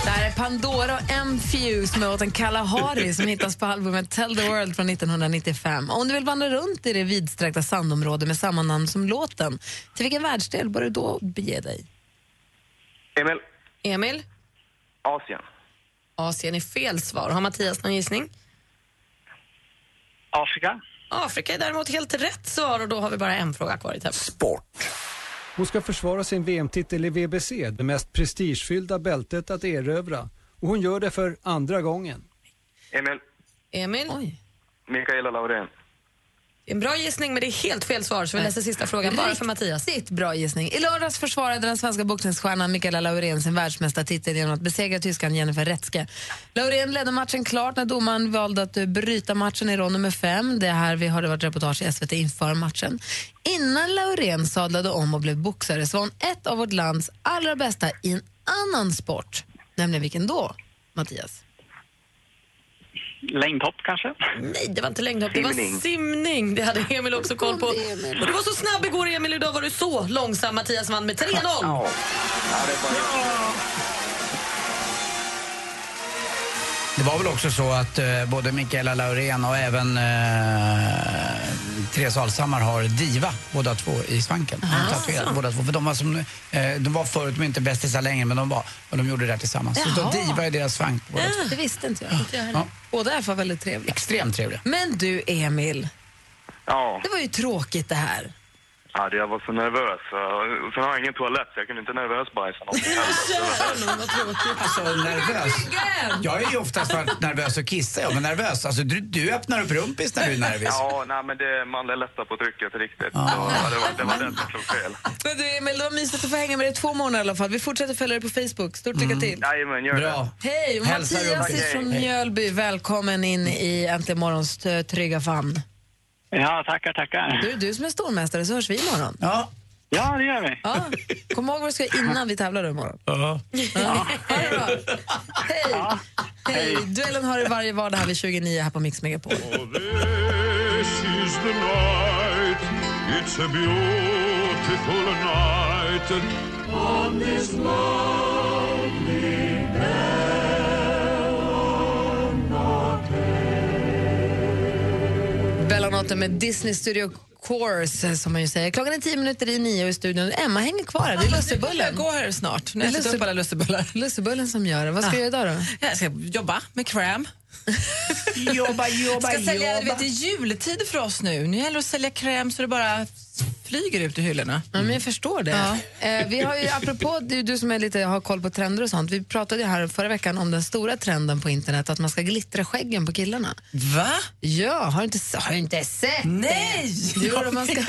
Speaker 4: Där är Pandora och M. Fuse med låten Kalla Hari som hittas på albumet Tell the World från 1995. Om du vill vandra runt i det vidsträckta sandområde med samma namn som låten, till vilken världsdel bör du då bege dig?
Speaker 13: Emil,
Speaker 7: Emil,
Speaker 13: Asien.
Speaker 7: Asien är fel svar. Har Mattias någon gissning?
Speaker 14: Afrika.
Speaker 7: Afrika är däremot helt rätt svar och då har vi bara en fråga kvar i tävlingen.
Speaker 16: Sport.
Speaker 19: Hon ska försvara sin VM-titel i VBC, det mest prestigefyllda bältet att erövra. Och hon gör det för andra gången.
Speaker 13: Emil,
Speaker 7: Emil,
Speaker 13: Mikaela Laurén.
Speaker 7: det är en bra gissning men det är helt fel svar så vi läser sista frågan bara för Mattias.
Speaker 4: Riktigt bra gissning. I lördags försvarade den svenska boxningsstjärnan Mikaela Laurén sin världsmästartitel genom att besegra tyskan Jennifer Retzke. Laurén ledde matchen klart när domaren valde att eh, bryta matchen i rond nummer fem. Det är här vi har det varit reportage i SVT inför matchen. Innan Laurén sadlade om och blev boxare så var hon ett av vårt lands allra bästa i en annan sport. Nämligen vilken då, Mattias?
Speaker 14: Längdhopp kanske?
Speaker 7: Nej, det var inte längdhopp, det var simning. Det hade Emil också koll på. Och du var så snabb igår Emil, idag var du så långsam. Mattias vann med 3-0.
Speaker 6: Det var väl också så att eh, både Mikaela Laurén och även eh, Therese Alshammar har diva båda två i svanken. De
Speaker 4: Ah.
Speaker 6: tatuerade båda två. För de var, som, eh, de var förut, men inte bästisar längre, men de var. Och de gjorde det där tillsammans. Så
Speaker 4: Jaha.
Speaker 6: då diva är deras svank. båda två.
Speaker 4: Det visste inte jag. Inte jag heller. Båda är för väldigt trevliga.
Speaker 6: Extremt trevliga.
Speaker 4: Men du, Emil,
Speaker 13: Ja.
Speaker 4: det var ju tråkigt det här.
Speaker 13: ja, det- jag var så nervös. Och Sen har jag ingen toalett så jag kunde inte nervösbajsa någonting
Speaker 6: Alltså, nervös. Jag är ju oftast varit nervös och kissar jag, men nervös. Alltså, du, du öppnar upp rumpis när du är nervös.
Speaker 13: Ja, nej, men det, man lättar på trycket riktigt. Så, ja, det var det var den som slog fel.
Speaker 4: Men du Emil, det var mysigt att få hänga med dig i två månader i alla fall. Vi fortsätter följa dig på Facebook. Stort lycka till.
Speaker 13: Jajamän, gör
Speaker 6: Bra.
Speaker 4: Hej,
Speaker 6: Mm.
Speaker 4: och
Speaker 6: Hälsa
Speaker 4: Mattias
Speaker 6: rumpis.
Speaker 4: är från
Speaker 6: Hej.
Speaker 4: Mjölby. Välkommen in i Äntligen morgons eh, trygga famn.
Speaker 14: Ja, tackar, tackar.
Speaker 4: Du är du som är stormästare, så hörs vi imorgon.
Speaker 6: Ja.
Speaker 14: Ja, det gör vi.
Speaker 4: Ja. Kom ihåg vad du ska göra innan vi tävlar imorgon. Hej! Hej! Duellen har du varje vardag här vid 29 här på Mix Megapol.
Speaker 10: This is the night. It's a beautiful night. On this lonely
Speaker 4: Bellanoten med Disney Studio Course, eh, som man ju säger. Klockan är 10 minuter i nio och i studion. Emma hänger kvar här. Det är lussebullen.
Speaker 8: Jag går här snart. Nu har
Speaker 4: Det
Speaker 8: jag ätit
Speaker 4: är
Speaker 8: upp
Speaker 4: lusse-
Speaker 8: alla lussebullar.
Speaker 4: Lussebullen som gör det. Vad ska
Speaker 8: Ja.
Speaker 4: du göra idag då?
Speaker 8: Jag ska jobba med kräm.
Speaker 6: jobba, jobba,
Speaker 8: ska sälja, Du
Speaker 6: jobba.
Speaker 8: vet, det är juletid för oss nu. Nu gäller det att sälja kräm så det bara flyger ut i hyllorna.
Speaker 4: Ja, men jag förstår det. Eh, vi har ju, apropå du, du som är lite, har koll på trender och sånt, vi pratade ju här förra veckan om den stora trenden på internet att man ska glittra skäggen på killarna.
Speaker 8: Va?
Speaker 4: Ja, har du inte, s- har du inte sett
Speaker 8: Nej!
Speaker 4: det? Jo, då, man ska,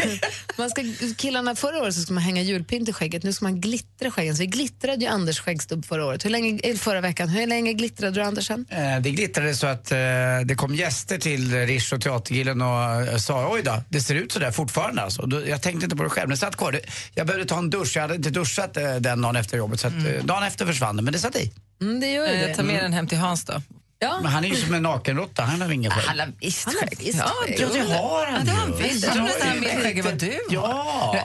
Speaker 4: man ska, killarna förra året så ska man hänga julpynt i skägget, nu ska man glittra skäggen. Så vi glittrade ju Anders skäggstubb förra året. Hur länge, eller förra veckan. Hur länge glittrade du Andersen?
Speaker 6: Eh, Det glittrade så att eh, det kom gäster till Rish och Teatergillen och eh, sa oj då, det ser ut sådär fortfarande alltså. Och då, Jag tänkte inte på det själv, men det satt kvar. Det- Jag behövde ta en dusch, jag hade inte duschat eh, den dagen efter jobbet så att,
Speaker 8: Mm.
Speaker 6: eh, dagen efter försvann det, men det satt i.
Speaker 4: Mm, det gör ju
Speaker 8: Eh,
Speaker 4: det.
Speaker 8: ta med den hem till Hans då.
Speaker 6: Men han är ju som en nakenråtta, han har ingen skägg.
Speaker 8: har visst
Speaker 4: Han har
Speaker 8: skägg.
Speaker 4: Mm, visst
Speaker 8: Ja,
Speaker 4: skägg.
Speaker 8: ja, det har han ju.
Speaker 4: ju.
Speaker 8: visst. Jag
Speaker 4: Han
Speaker 8: trodde
Speaker 4: har
Speaker 8: nästan han
Speaker 4: ju
Speaker 8: hade mer skägg än vad du har.
Speaker 6: Ja!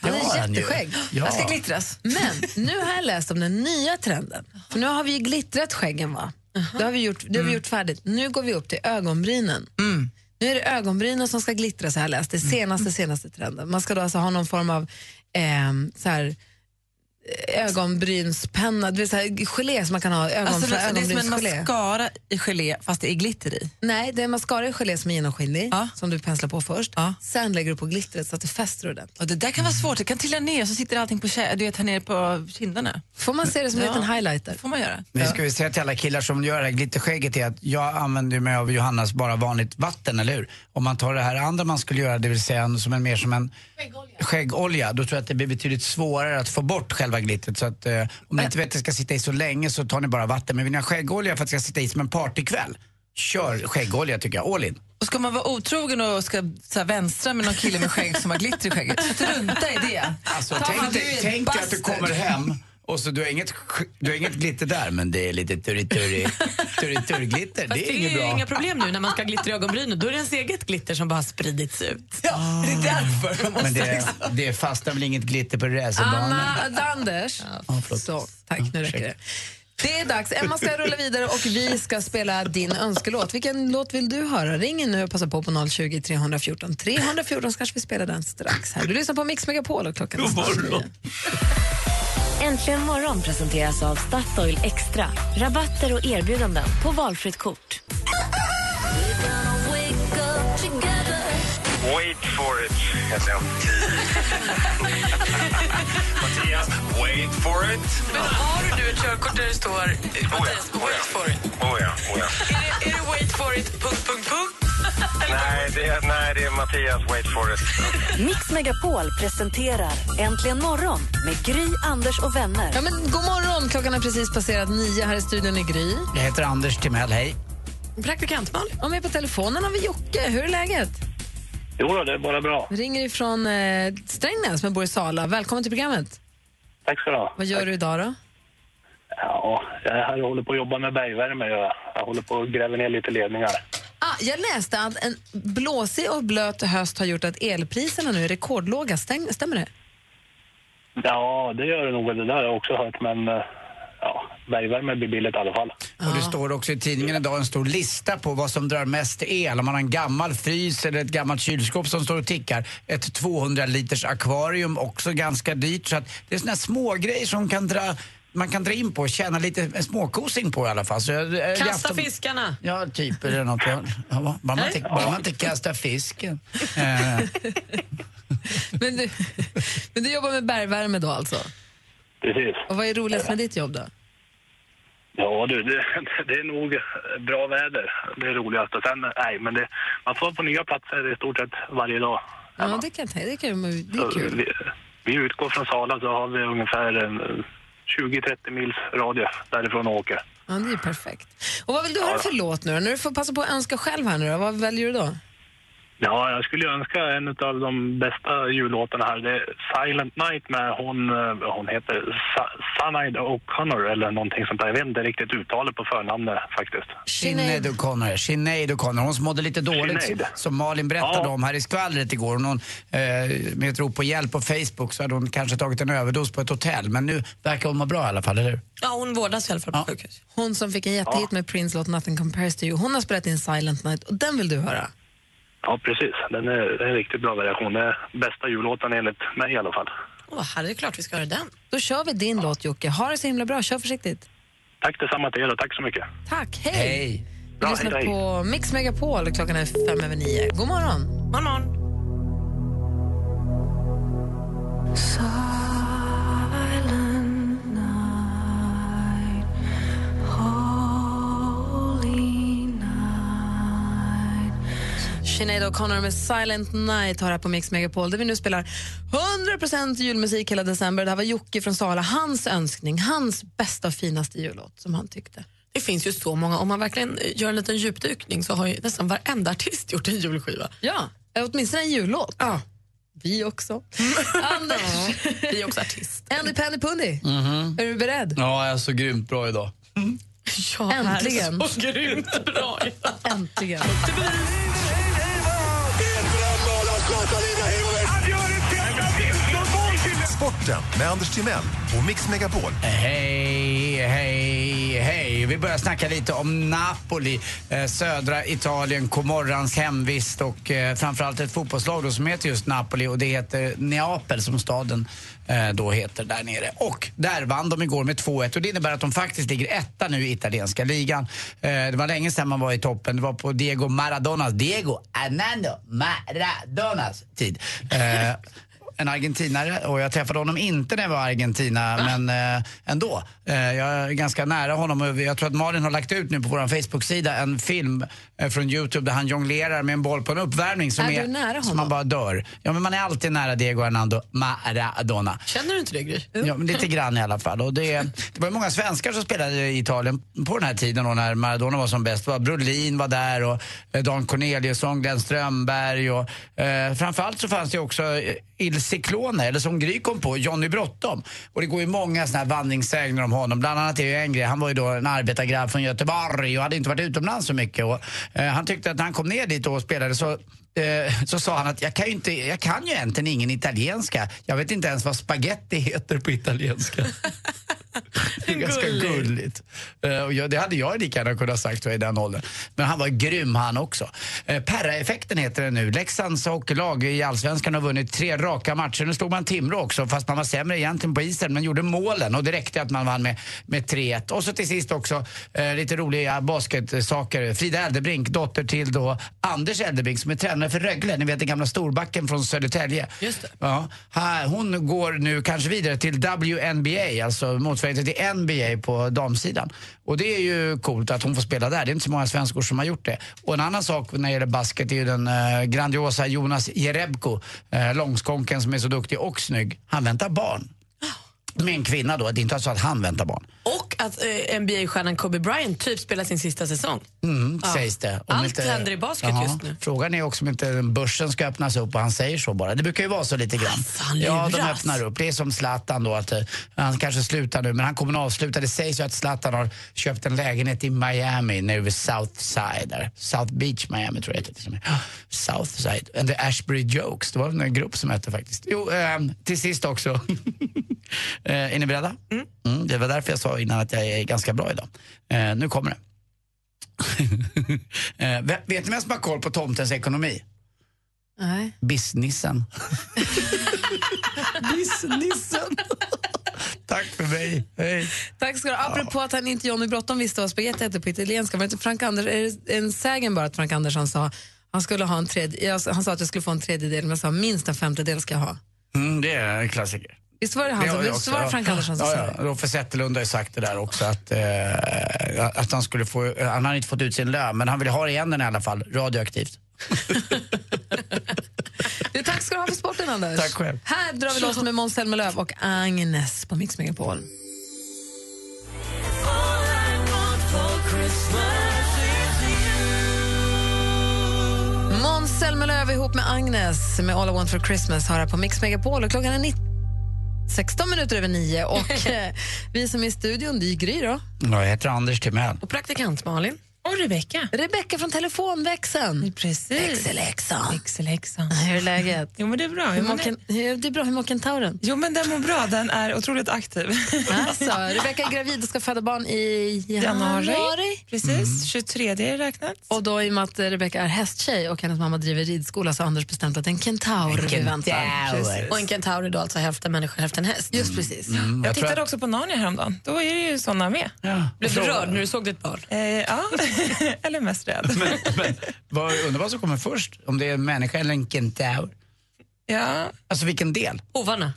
Speaker 4: Han
Speaker 6: det har
Speaker 4: har
Speaker 6: han ju.
Speaker 4: jätteskägg.
Speaker 6: Ja.
Speaker 8: Jag ska glittras.
Speaker 4: Men nu har jag läst om den nya trenden. För nu har vi ju glittrat skäggen va? Det har vi gjort, det har
Speaker 9: Mm.
Speaker 4: vi gjort färdigt. Nu går vi upp till ögonbrynen. Nu är det ögonbrynen som ska glittra så här
Speaker 9: Mm.
Speaker 4: läst. Det senaste, senaste trenden. Man ska då alltså ha någon form av ehm, så här, ögonbrynspenna, det vill säga gelé som man kan ha, ögon,
Speaker 9: Alltså, det är som en
Speaker 4: ögonbrynsgelé.
Speaker 9: mascara i gelé fast det är glitter i.
Speaker 4: Nej, det är en mascara i gelé som är genomskinlig, som du penslar på först. Sen lägger du på glittret så att det fäster ordentligt.
Speaker 9: Och det där kan vara svårt, det kan trilla ner så sitter allting på, kä- du vet, här nere på kinderna.
Speaker 4: Får man se det som en liten highlighter?
Speaker 9: får man göra.
Speaker 6: Men ska vi säga till alla killar som gör det här glitterskägget är att jag använder mig av Johannas bara vanligt vatten, eller hur? Om man tar det här andra man skulle göra, det vill säga en, som en, mer som en skäggolja. då tror jag att det blir betydligt svårare att få bort själva glittret. Så att, eh, om ni inte vet att det ska sitta i så länge så tar ni bara vatten. Men vill ni ha skäggolja för att det ska sitta i som en partykväll, kör skäggolja tycker jag, all in.
Speaker 9: Och ska man vara otrogen och ska så här, vänstra med någon kille med skägg som har glitter i skägget, så strunta i det.
Speaker 6: Alltså,
Speaker 9: Ta
Speaker 6: tänk
Speaker 9: man, du
Speaker 6: dig,
Speaker 9: är
Speaker 6: tänk dig att du
Speaker 9: bastard.
Speaker 6: kommer hem och så du har inget, sk- du har inget glitter där, men det är lite turri-turri, turri-turr-glitter.
Speaker 7: Fast
Speaker 6: Det är inget
Speaker 7: ju
Speaker 6: bra.
Speaker 7: inga problem nu när man ska glittra i ögonbrynen. Då är det ens eget glitter som bara har spridits ut.
Speaker 9: Ja, det är därför de
Speaker 6: Men det, det är fastnar väl inget glitter på racerbanan?
Speaker 4: Anna Anders. så, tack, nu räcker det. Det är dags. Emma ska rulla vidare och vi ska spela din önskelåt. Vilken låt vill du höra? Ring in nu och passa på på 020 314 314 så kanske vi spelar den strax. här. Du lyssnar på Mix Megapol och klockan är snart nio.
Speaker 2: Äntligen morgon presenteras av Statoil Extra. Rabatter och erbjudanden på valfritt kort.
Speaker 3: Wait for it, heter jag. Mattias, wait for it.
Speaker 7: Men har du nu ett körkort där det står eh, Mattias, wait for it?
Speaker 3: Oh ja, oh ja.
Speaker 7: Är det, är det wait for it, punkt, punkt, punkt?
Speaker 3: Nej, det är, nej, det är Mattias, wait for it.
Speaker 1: Mix Megapol presenterar Äntligen morgon med Gry, Anders och vänner.
Speaker 4: Ja, men god morgon, klockan är precis passerat nio. Här i studion i Gry.
Speaker 6: Jag heter Anders Timell, hej.
Speaker 4: Praktikant Malin. Och med på telefonen har vi Jocke. Hur är läget?
Speaker 20: Jo då, det är bara bra.
Speaker 4: Vi ringer ifrån eh, Strängnäs men bor i Sala. Välkommen till programmet.
Speaker 20: Tack ska du ha.
Speaker 4: Vad gör du idag då?
Speaker 20: Ja, jag här håller på att jobba med bergvärme. Jag, jag håller på att gräva ner lite ledningar.
Speaker 4: Ah, jag läste att en blåsig och blöt höst har gjort att elpriserna nu är rekordlåga. Stäng, stämmer det?
Speaker 20: Ja, det gör det nog. Det där har jag också hört, men eh, ja, bergvärme blir billigt i alla fall.
Speaker 6: Och det står också i tidningen idag en stor lista på vad som drar mest el. Om man har en gammal frys eller ett gammalt kylskåp som står och tickar. Ett 200 liters akvarium, också ganska dyrt. Så att det är såna här smågrejer som kan dra, man kan dra in på och tjäna lite småkosing på i alla fall. Så jag, jag- jag-
Speaker 7: Kasta fiskarna!
Speaker 6: Ja, typ eller något. Ja, Bara bara man inte- bara man inte kastar fisken. Eh,
Speaker 4: Men du, (laughs) men du jobbar med bergvärme då alltså?
Speaker 20: Precis.
Speaker 4: Och vad är roligast med ditt jobb då?
Speaker 20: Ja du, det, (laughs) det är nog bra väder. Det är roligast. Och sen, nej, men det, man får vara på nya platser i stort sett varje dag.
Speaker 4: Ja, det kan jag tänka det, kan, det är
Speaker 20: Så
Speaker 4: kul.
Speaker 20: Vi, vi utgår från Sala så har vi ungefär en, eh, 20-30 mils radie därifrån och åker.
Speaker 4: Ja, det är ju perfekt. Och vad vill du höra för låt nu då? När du får passa på att önska själv här nu då, vad väljer du då?
Speaker 20: Ja, jag skulle önska en av de bästa jullåtarna här. Det är Silent Night med hon, eh, hon heter Sa- Sinead O'Connor eller någonting sånt där. Jag vet inte riktigt uttalet på förnamnet faktiskt.
Speaker 6: Sinead O'Connor. Sinead O'Connor. Hon som mådde lite dåligt
Speaker 20: Sinead.
Speaker 6: som Malin berättade om här i skvallret igår. Hon, hon, eh, med ett rop på hjälp på Facebook så hade hon kanske tagit en överdos på ett hotell. Men nu verkar hon må bra i alla fall, eller hur?
Speaker 4: Ja, hon vårdas i alla fall på sjukhus. Hon som fick en jättehit med Prince låt Nothing Compares To You, hon har spelat in Silent Night och den vill du höra?
Speaker 20: Ja, precis. Den är, det är en riktigt bra variation. Det är bästa jullåten enligt mig i alla fall.
Speaker 4: Åh, här är det klart vi ska höra den. Då kör vi din låt Jocke. Ha det så himla bra, kör försiktigt.
Speaker 20: Tack detsamma till er och tack så mycket.
Speaker 4: Tack, hej!
Speaker 20: Hej.
Speaker 4: Du
Speaker 20: Bra,
Speaker 4: lyssnar
Speaker 20: hej, hej.
Speaker 4: på Mix Megapol och klockan är fem över nio. God morgon! God morgon! Sinead O'Connor med Silent Night har här på Mix Megapol där vi nu spelar 100% julmusik hela december. Det här var Jocke från Sala, hans önskning, hans bästa och finaste jullåt som han tyckte.
Speaker 7: Det finns ju så många. Om man verkligen gör en liten djupdykning så har ju nästan varenda artist gjort en julskiva.
Speaker 4: Ja, eh, åtminstone en jullåt. Ja. Vi (laughs) också. Anders!
Speaker 7: Vi är också artist.
Speaker 4: Andy Pandy Pundy,
Speaker 20: Mhm.
Speaker 4: är du beredd?
Speaker 21: Ja, jag är så grymt bra idag.
Speaker 4: Äntligen.
Speaker 7: Så grymt bra.
Speaker 4: (laughs) Äntligen.
Speaker 12: Sporten med Anders Timell och Mix Megapol.
Speaker 6: Hej, hej, hej. Vi börjar snacka lite om Napoli, eh, södra Italien, Comorrans hemvist och eh, framförallt ett fotbollslag då som heter just Napoli och det heter Neapel som staden eh, då heter där nere. Och där vann de igår med 2-1 och det innebär att de faktiskt ligger etta nu i italienska ligan. Eh, det var länge sedan man var i toppen. Det var på Diego Maradonas, Diego Armando Maradonas tid. Eh, en argentinare och jag träffade honom inte när jag var i Argentina
Speaker 4: Ah.
Speaker 6: men eh, ändå. Eh, jag är ganska nära honom och jag tror att Malin har lagt ut nu på vår Facebook-sida en film eh, från Youtube där han jonglerar med en boll på en uppvärmning som
Speaker 4: Är du nära
Speaker 6: som
Speaker 4: honom?
Speaker 6: man bara dör. Ja men man är alltid nära Diego Hernando Maradona.
Speaker 7: Känner du inte det, Gry?
Speaker 6: Ja, men lite grann i alla fall. Och det, det var ju många svenskar som spelade i Italien på den här tiden då, när Maradona var som bäst. Det var Brolin var där och eh, Dan Corneliusson, Glenn Strömberg och eh, framförallt så fanns det ju också eh, Il Ciclone, eller som Gry kom på, Johnny Bråttom. Och det går ju många såna här vandringssägner om honom. Bland annat är ju en grej, han var ju då en arbetargrabb från Göteborg och hade inte varit utomlands så mycket. Och, eh, han tyckte att när han kom ner dit och spelade så Eh, så sa han att jag kan ju, inte, jag kan ju egentligen ingen italienska. Jag vet inte ens vad spaghetti heter på italienska. Det är ganska gulligt. Eh, och jag, det hade jag lika gärna kunnat sagt tror jag, i den åldern. Men han var grym han också. Eh, Perra-effekten heter den nu. Leksands hockeylag i Allsvenskan har vunnit tre raka matcher. Nu slog man Timrå också, fast man var sämre egentligen på isen, men gjorde målen och det räckte att man vann med, med 3-1. Och så till sist också eh, lite roliga basketsaker. Frida Eldebrink, dotter till då Anders Eldebrink som är tränare för Rögle, ni vet den gamla storbacken från Södertälje. Just Ja, här, hon går nu kanske vidare till WNBA, alltså motsvarigheten till NBA på damsidan. Och det är ju coolt att hon får spela där. Det är inte så många svenskor som har gjort det. Och en annan sak när det gäller basket är ju den eh, grandiosa Jonas Jerebko, eh, långskonken som är så duktig och snygg. Han väntar barn. Med en kvinna då, det är inte så att han väntar barn.
Speaker 7: Och att eh, NBA-stjärnan Kobe Bryant typ spelar sin sista säsong.
Speaker 6: Mm,
Speaker 7: Ja.
Speaker 6: sägs det.
Speaker 7: Allt händer i basket just nu.
Speaker 6: Frågan är också om inte börsen ska öppnas upp och han säger så bara. Det brukar ju vara så lite
Speaker 7: Ah,
Speaker 6: grann. ja, de
Speaker 7: luras.
Speaker 6: öppnar upp. Det är som Zlatan då, att eh, han kanske slutar nu, men han kommer att avsluta. Det sägs ju att Zlatan har köpt en lägenhet i Miami, nu vid Southside, där. South Beach, Miami tror jag det heter. Southside, and the Ashbury Jokes. Det var en grupp som hette faktiskt. Jo, ehm, till sist också. (laughs) Eh, är ni beredda? Mm. det var därför jag sa innan att jag är ganska bra idag. Eh, nu kommer det. (laughs) Eh, ve- vet ni vem som har koll på tomtens ekonomi?
Speaker 4: Nej. (laughs)
Speaker 6: Bissnissen. Bissnissen. (laughs) Tack för mig. Hej.
Speaker 4: Tack ska du ha. Apropå att han inte Johnny Bråttom visste vad spagetti hette på italienska. Var det inte Frank Anders, är det en sägen bara att Frank Andersson sa han, skulle ha en tredje, jag- han sa att jag skulle få en tredjedel, men jag sa minst en femtedel ska jag ha.
Speaker 6: Mm, det är en klassiker.
Speaker 4: Visst var det han
Speaker 6: har
Speaker 4: som,
Speaker 6: jag
Speaker 4: visst
Speaker 6: också,
Speaker 4: var det
Speaker 6: ja.
Speaker 4: Frank Andersson som
Speaker 6: ja,
Speaker 4: sa det?
Speaker 6: ja. Roffe Zetterlund har ju sagt det där också att, eh, att han skulle få, eh, han har inte fått ut sin lön men han vill ha igen den i alla fall, radioaktivt.
Speaker 4: Du, tack ska du ha för sporten, Anders.
Speaker 6: Tack själv.
Speaker 4: Här drar vi loss med Måns Zelmerlöw och Agnes på Mix Megapol. Måns Zelmerlöw ihop med Agnes med All I Want For Christmas har här på Mix Megapol och klockan är 19. 16 minuter över nio (laughs) och eh, vi som är i studion, det är ju Gry då.
Speaker 6: Jag heter Anders Timell.
Speaker 4: Och praktikant Malin. Och Rebecka. Rebecka från telefonväxeln. Precis. Växelhäxan.
Speaker 5: Växelhäxan.
Speaker 4: Mm. Hur är läget?
Speaker 5: Jo, men det är bra.
Speaker 4: Hur
Speaker 5: Hur
Speaker 4: mår
Speaker 5: mår
Speaker 4: kan, hur, det är bra. Hur mår kentauren?
Speaker 5: Jo, men den mår bra. Den är otroligt
Speaker 7: (laughs)
Speaker 5: aktiv.
Speaker 4: Alltså, Rebecka är gravid och ska föda barn i januari.
Speaker 5: Januari. Precis, 23 är räknat.
Speaker 4: Och då i och med att Rebecka är hästtjej och hennes mamma driver ridskola så har Anders bestämt att en kentaur
Speaker 7: En
Speaker 4: vi väntar.
Speaker 7: kentaur.
Speaker 4: Precis.
Speaker 7: Och en kentaur är då alltså hälften människa, hälften häst.
Speaker 4: Just precis.
Speaker 6: Mm,
Speaker 5: Jag tittade
Speaker 6: tror
Speaker 5: också på Narnia häromdagen. Då är det ju såna med.
Speaker 7: Blev du rörd när du såg ditt barn?
Speaker 5: Eh, ja, (laughs) eller mest (laughs) rädd.
Speaker 6: Vad, undrar vad som kommer först, om det är en människa eller en kentaur?
Speaker 5: Ja.
Speaker 6: Alltså vilken del?
Speaker 7: Hovarna.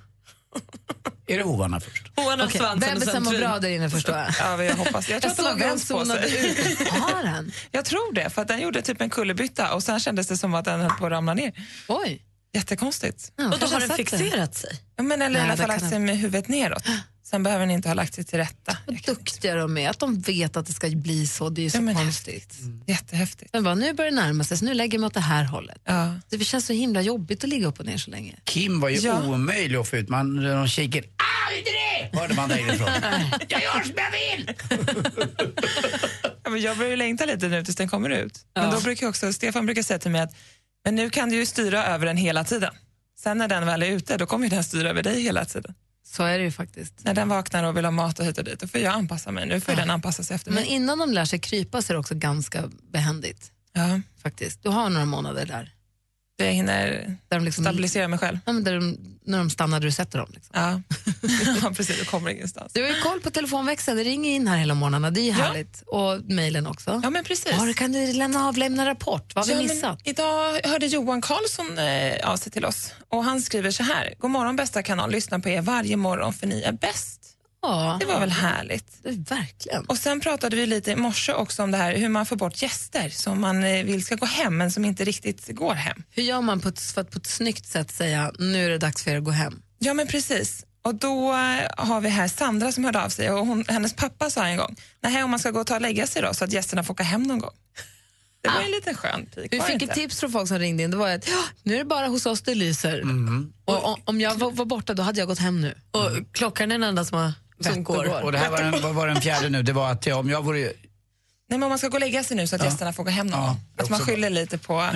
Speaker 6: Är det hovarna först?
Speaker 7: Hovarna,
Speaker 4: Okej,
Speaker 7: svansen och
Speaker 4: Bebisen
Speaker 7: sen
Speaker 4: mår
Speaker 7: trin.
Speaker 4: bra där inne förstår jag.
Speaker 5: Ja, jag hoppas det. Jag tror att den har
Speaker 4: såg hur hon
Speaker 5: vänt på
Speaker 4: zonade
Speaker 5: sig.
Speaker 4: ut. Har den?
Speaker 5: (laughs) Jag tror det, för att den gjorde typ en kullerbytta och sen kändes det som att den höll på att ramla ner.
Speaker 4: Oj.
Speaker 5: Jättekonstigt.
Speaker 4: Ja, Och då kanske har den har satt sig. fixerat sig?
Speaker 5: Ja, men eller
Speaker 4: Nej,
Speaker 5: i alla
Speaker 4: det
Speaker 5: fall
Speaker 4: kan
Speaker 5: lagt sig
Speaker 4: den-
Speaker 5: med huvudet neråt. Sen behöver den inte ha lagt sig till rätta.
Speaker 4: Vad duktiga de är, att de vet att det ska bli så. Det är ju så konstigt.
Speaker 5: Jättehäftigt.
Speaker 4: Men bara, nu börjar det närma sig, så nu lägger man åt det här hållet.
Speaker 5: Ja.
Speaker 4: Det känns så himla jobbigt att ligga upp och ner så länge.
Speaker 6: Kim var ju
Speaker 4: Ja.
Speaker 6: omöjlig att få ut. Man, de kikade, ah, inte det! Hörde man där inifrån. jag gör som jag vill!
Speaker 5: Ja, men jag börjar ju längta lite nu tills den kommer ut. Men då brukar jag också, Stefan brukar säga till mig att men nu kan du ju styra över den hela tiden. Sen när den väl är ute, då kommer ju den styra över dig hela tiden.
Speaker 4: Så är det ju faktiskt.
Speaker 5: När den vaknar och vill ha mat och hit och dit, då får jag anpassa mig. Nu får den anpassa sig efter
Speaker 4: Men
Speaker 5: mig.
Speaker 4: innan de lär sig krypa så är det också ganska behändigt.
Speaker 5: Ja.
Speaker 4: Faktiskt. Du har några månader där.
Speaker 5: Jag hinner
Speaker 4: där de liksom,
Speaker 5: stabilisera mig själv.
Speaker 4: Ja, men där de, när de stannar där du sätter dem. Liksom.
Speaker 5: Ja. (laughs) precis. Du kommer ingenstans.
Speaker 4: Du har ju koll på telefonväxeln, det ringer in här hela morgnarna, det är ju härligt. Och mejlen också.
Speaker 5: Ja, men precis.
Speaker 4: Ja, då kan du lämna avlämna rapport, vad har
Speaker 5: Ja,
Speaker 4: vi
Speaker 5: men
Speaker 4: missat?
Speaker 5: Idag hörde Johan Karlsson eh, av sig till oss och han skriver så här. God morgon bästa kanal, lyssna på er varje morgon för ni är bäst.
Speaker 4: Ja.
Speaker 5: Det var väl härligt?
Speaker 4: verkligen.
Speaker 5: Och sen pratade vi lite i morse också om det här hur man får bort gäster som man eh, vill ska gå hem men som inte riktigt går hem.
Speaker 4: Hur gör man på ett, för att på ett snyggt sätt säga nu är det dags för er att gå hem?
Speaker 5: Ja, men precis. Och då eh, har vi här Sandra som hörde av sig och hon, hennes pappa sa en gång, nej om man ska gå och ta och lägga sig då så att gästerna får åka hem någon gång. Det var en liten skön pik.
Speaker 4: Ah. Vi
Speaker 5: var det
Speaker 4: fick ett
Speaker 5: inte?
Speaker 4: tips från folk som ringde in, det var att "Ja, nu är det bara hos oss det lyser. Och, o- om jag var, var borta då hade jag gått hem nu. Mm. Och klockan är den enda som, har,
Speaker 6: Rätt och går. Och det här var den, vad var den fjärde nu, det var att ja, om jag vore...
Speaker 5: Nej, men om man ska gå och lägga sig nu så att gästerna får gå hem någon gång. Att man skyller lite på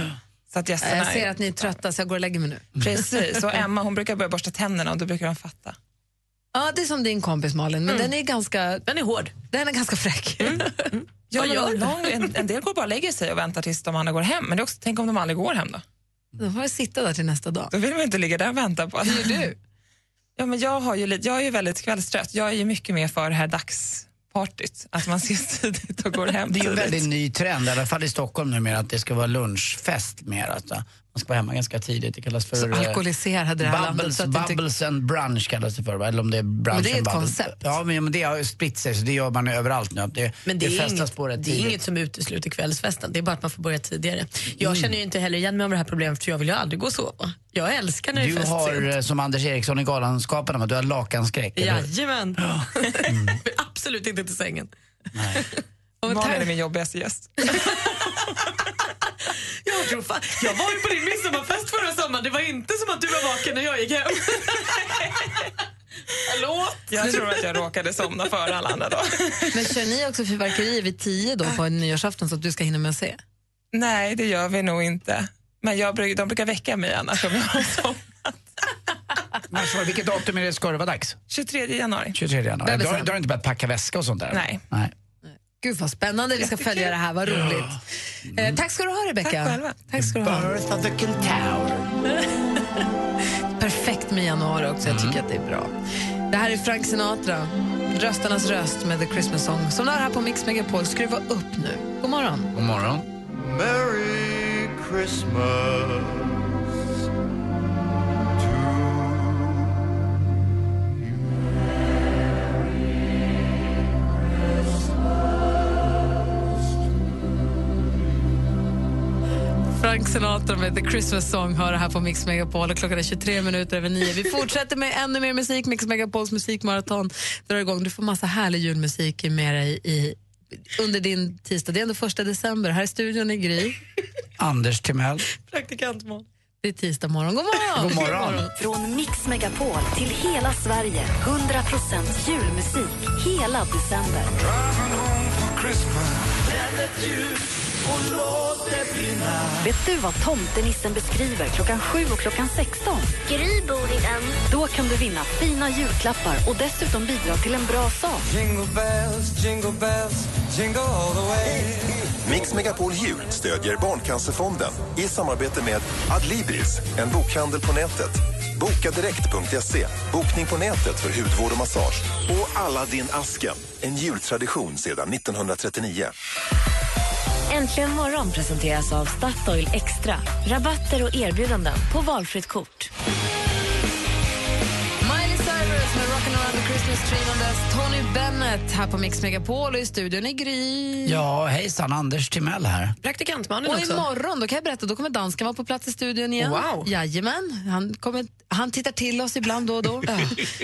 Speaker 5: så att gästerna...
Speaker 4: Jag ser att ni är trötta så jag går och lägger mig nu.
Speaker 5: Precis, och Emma hon brukar börja borsta tänderna och då brukar de fatta.
Speaker 4: Ja, det är som din kompis Malin, men
Speaker 7: Mm.
Speaker 4: den är ganska... Den är hård. Den är ganska fräck.
Speaker 5: Ja,
Speaker 4: Vad
Speaker 5: men
Speaker 4: gör du?
Speaker 5: lång, en, en del går bara och lägger sig och väntar tills de andra går hem. Men det är också, tänk om de aldrig går hem då?
Speaker 4: Då får jag sitta där till nästa dag.
Speaker 5: Då vill man inte ligga där och vänta på. Hur
Speaker 4: gör du?
Speaker 5: Ja, men jag, har ju, lite- jag är ju väldigt kvällstrött. Jag är ju mycket mer för det här dagspartyt. Att man ses (laughs) tidigt och går hem
Speaker 6: Det är ju en
Speaker 5: tidigt.
Speaker 6: väldigt ny trend, i alla fall i Stockholm numera, att det ska vara lunchfest mer. Alltså. Man ska vara hemma ganska tidigt, det kallas för...
Speaker 4: Så
Speaker 6: eh,
Speaker 4: alkoholiserade det här landet,
Speaker 6: bubbles,
Speaker 4: så att det inte-
Speaker 6: bubbles and brunch kallas det för, va? eller om det är brunch
Speaker 4: Men det är
Speaker 6: and
Speaker 4: ett
Speaker 6: bubbles.
Speaker 4: koncept.
Speaker 6: Ja, men, men det har ju spritt sig, så det gör man överallt nu. Att Det,
Speaker 7: Men det, är,
Speaker 6: festas
Speaker 7: inget,
Speaker 6: på rätt
Speaker 7: det är
Speaker 6: tidigt.
Speaker 7: inget som utesluter kvällsfesten, det är bara att man får börja tidigare. Jag
Speaker 6: Mm.
Speaker 7: känner ju inte heller igen mig av det här problemet för jag vill ju aldrig gå och sova. Jag älskar när det är
Speaker 6: Du
Speaker 7: fest
Speaker 6: har,
Speaker 7: sent.
Speaker 6: eh, som Anders Eriksson i Galenskaparna, va? du har lakanskräck. eller hur?
Speaker 7: Jajamän! Vill Absolut inte till sängen.
Speaker 5: Malin är min jobbigaste
Speaker 7: (laughs)
Speaker 5: gäst.
Speaker 7: Jag, tror fan, jag var ju på din midsommarfest förra sommaren, det var inte som att du var vaken när jag
Speaker 5: (laughs)
Speaker 7: gick hem. Hallå?
Speaker 5: Jag tror att jag råkade somna före alla andra då.
Speaker 4: Men kör ni också fyrverkerier vid tio då på en nyårsafton så att du ska hinna med att se?
Speaker 5: (laughs) Nej, det gör vi nog inte. Men jag, bruk- de brukar väcka mig annars om jag har
Speaker 7: (laughs)
Speaker 5: somnat.
Speaker 6: Men så, vilket datum är det ska det vara dags?
Speaker 5: 23 januari.
Speaker 6: 23 januari.
Speaker 5: Bebisen.
Speaker 6: Du har, du har inte börjat packa väska och sånt där?
Speaker 5: Nej.
Speaker 6: Nej.
Speaker 4: Gud vad spännande, vi ska följa det här, vad roligt. Eh, tack ska du ha Rebecca.
Speaker 6: Mm. Tack själva.
Speaker 4: Tack ska du ha.
Speaker 6: Birth of the
Speaker 4: Perfekt med januari också, jag tycker att det är bra. Det här är Frank Sinatra, rösternas röst med The Christmas Song som du har här på Mix Megapol. Skruva upp nu. God morgon.
Speaker 6: God morgon.
Speaker 22: Merry Christmas
Speaker 4: Frank Sinatra med The Christmas Song hör det här på Mix Megapol och klockan är 23 minuter över nio. Vi fortsätter med ännu mer musik. Mix Megapols musikmaraton drar igång. Du får massa härlig julmusik med dig i, under din tisdag. Det är ändå första december. Här i studion är Gry.
Speaker 6: Anders Timell.
Speaker 7: Praktikant Malin.
Speaker 4: Det är tisdag morgon. God morgon!
Speaker 6: God morgon.
Speaker 1: Från Mix Megapol till hela Sverige. 100% julmusik hela december. Vet du vad tomtenissen beskriver klockan 7 och klockan 16?
Speaker 23: Gry bor i den.
Speaker 1: Då kan du vinna fina julklappar och dessutom bidra till en bra sak.
Speaker 22: Jingle bells, jingle bells, jingle all the way
Speaker 12: Mix Megapol Jul stödjer Barncancerfonden i samarbete med Adlibris, en bokhandel på nätet, bokadirekt.se, E. bokning på nätet för hudvård och massage och Aladdin asken en jultradition sedan 1939.
Speaker 2: Äntligen morgon presenteras av Statoil Extra. Rabatter och erbjudanden på valfritt kort.
Speaker 4: Miley Cyrus med Rockin' around the Christmas tree innan dess. Tony Bennett här på Mix Megapol och i studion är Gry.
Speaker 6: Ja, hejsan. Anders Timell här.
Speaker 7: Praktikantmannen
Speaker 4: Och
Speaker 7: också.
Speaker 4: imorgon, då kan jag berätta, då kommer dansken vara på plats i studion igen.
Speaker 7: Wow.
Speaker 4: Jajamän. Han, kommer, han tittar till oss ibland då
Speaker 7: (laughs)
Speaker 4: och då.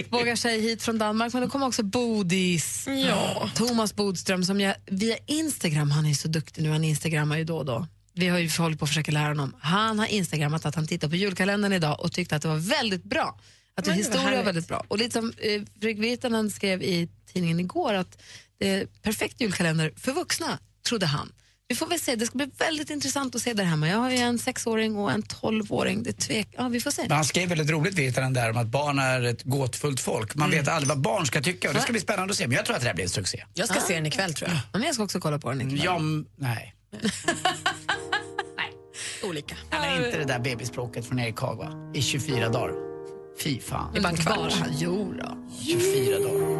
Speaker 4: Vågar sig hit från Danmark. Men då kommer också Bodis.
Speaker 7: Ja.
Speaker 4: Thomas Bodström som jag, via Instagram, han är ju så duktig nu, han instagrammar ju då och då. Vi har ju hållit på att försöka lära honom. Han har instagrammat att han tittar på julkalendern idag och tyckte att det var väldigt bra. Att
Speaker 7: Men det var
Speaker 4: historia var
Speaker 7: härligt.
Speaker 4: väldigt bra. Och lite som eh, Fredrik Virtanen skrev i tidningen igår att det är perfekt julkalender för vuxna, trodde han.
Speaker 24: Vi får väl se, det ska bli väldigt intressant att se där hemma. Jag har ju en sexåring och en tolvåring. Det tvek... ja, vi får se.
Speaker 6: Men han skrev väldigt roligt, Virtanen, där om att barn är ett gåtfullt folk.
Speaker 24: Mm.
Speaker 6: Man vet aldrig vad barn ska tycka och det ska bli spännande att se. Men jag tror att det här blir en succé.
Speaker 24: Jag ska se den ikväll tror jag. Ja, men jag ska också kolla på den ikväll.
Speaker 6: Ja, m- nej.
Speaker 24: Olika.
Speaker 6: Nej, inte det där bebisspråket från Erik Haga i 24 dagar. Fy fan.
Speaker 24: Det är bara en kvart. Jo då.
Speaker 6: 24 dagar.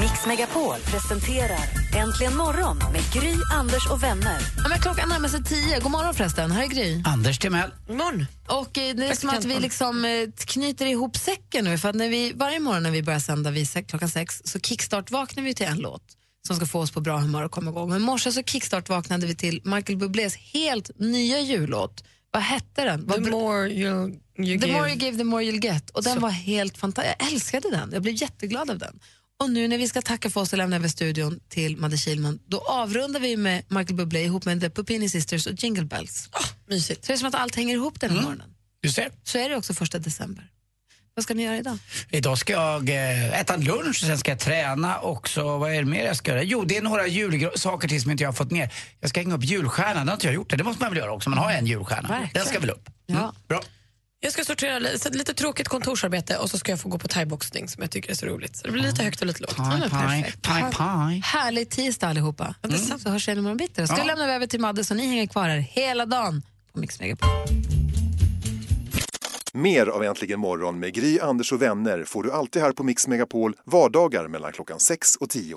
Speaker 1: Mix Megapol presenterar Äntligen morgon med Gry, Anders och vänner.
Speaker 4: Ja, men klockan närmar sig tio. God morgon förresten. Här är Gry.
Speaker 6: Anders Timell.
Speaker 4: Morgon. Och eh, det är som att vi
Speaker 6: Praktikant.
Speaker 4: liksom eh, knyter ihop säcken nu. För att när vi, varje morgon när vi börjar sända vid sex, klockan sex så kickstart-vaknar vi till en låt som ska få oss på bra humör och komma igång. Men i morse så kickstart-vaknade vi till Michael Bublés helt nya jullåt. Vad hette den? Vad
Speaker 9: The
Speaker 4: br-
Speaker 9: more you, you
Speaker 4: the
Speaker 9: give.
Speaker 4: more you give, the more you'll get. Och den
Speaker 9: Så.
Speaker 4: var helt fantastisk. Jag älskade den. Jag blev jätteglad av den. Och nu när vi ska tacka för oss och lämna över studion till Madde Kihlman, då avrundar vi med Michael Bublé ihop med The Pupini Sisters och Jingle Bells.
Speaker 9: Ah,
Speaker 4: mysigt. Så det är som att allt hänger ihop den
Speaker 9: Mm.
Speaker 4: här morgonen.
Speaker 6: Du ser.
Speaker 4: Så är det också första december. Vad ska ni göra idag?
Speaker 6: Idag ska jag eh, äta lunch, sen ska jag träna och så vad är det mer jag ska göra? Jo, det är några julsaker till som inte jag har fått ner. Jag ska hänga upp julstjärnan, det har inte jag gjort det. Det måste man väl göra också, man har en julstjärna. Den ska väl upp. Mm. Bra.
Speaker 9: Jag ska sortera li- så lite tråkigt kontorsarbete och så ska jag få gå på thaiboxning som jag tycker är så roligt. Så det blir lite
Speaker 4: Ah.
Speaker 9: högt och lite lågt.
Speaker 4: Ja, men perfekt. Ha-
Speaker 6: pie.
Speaker 4: Härlig tisdag allihopa. Så hörs igen imorgon bitti. då. Ska
Speaker 9: Ja.
Speaker 4: vi lämna över till Madde så ni hänger kvar här hela dagen på Mix Megapol.
Speaker 12: Mer av Äntligen morgon med Gry, Anders och vänner får du alltid här på Mix Megapol vardagar mellan klockan 6 och 10.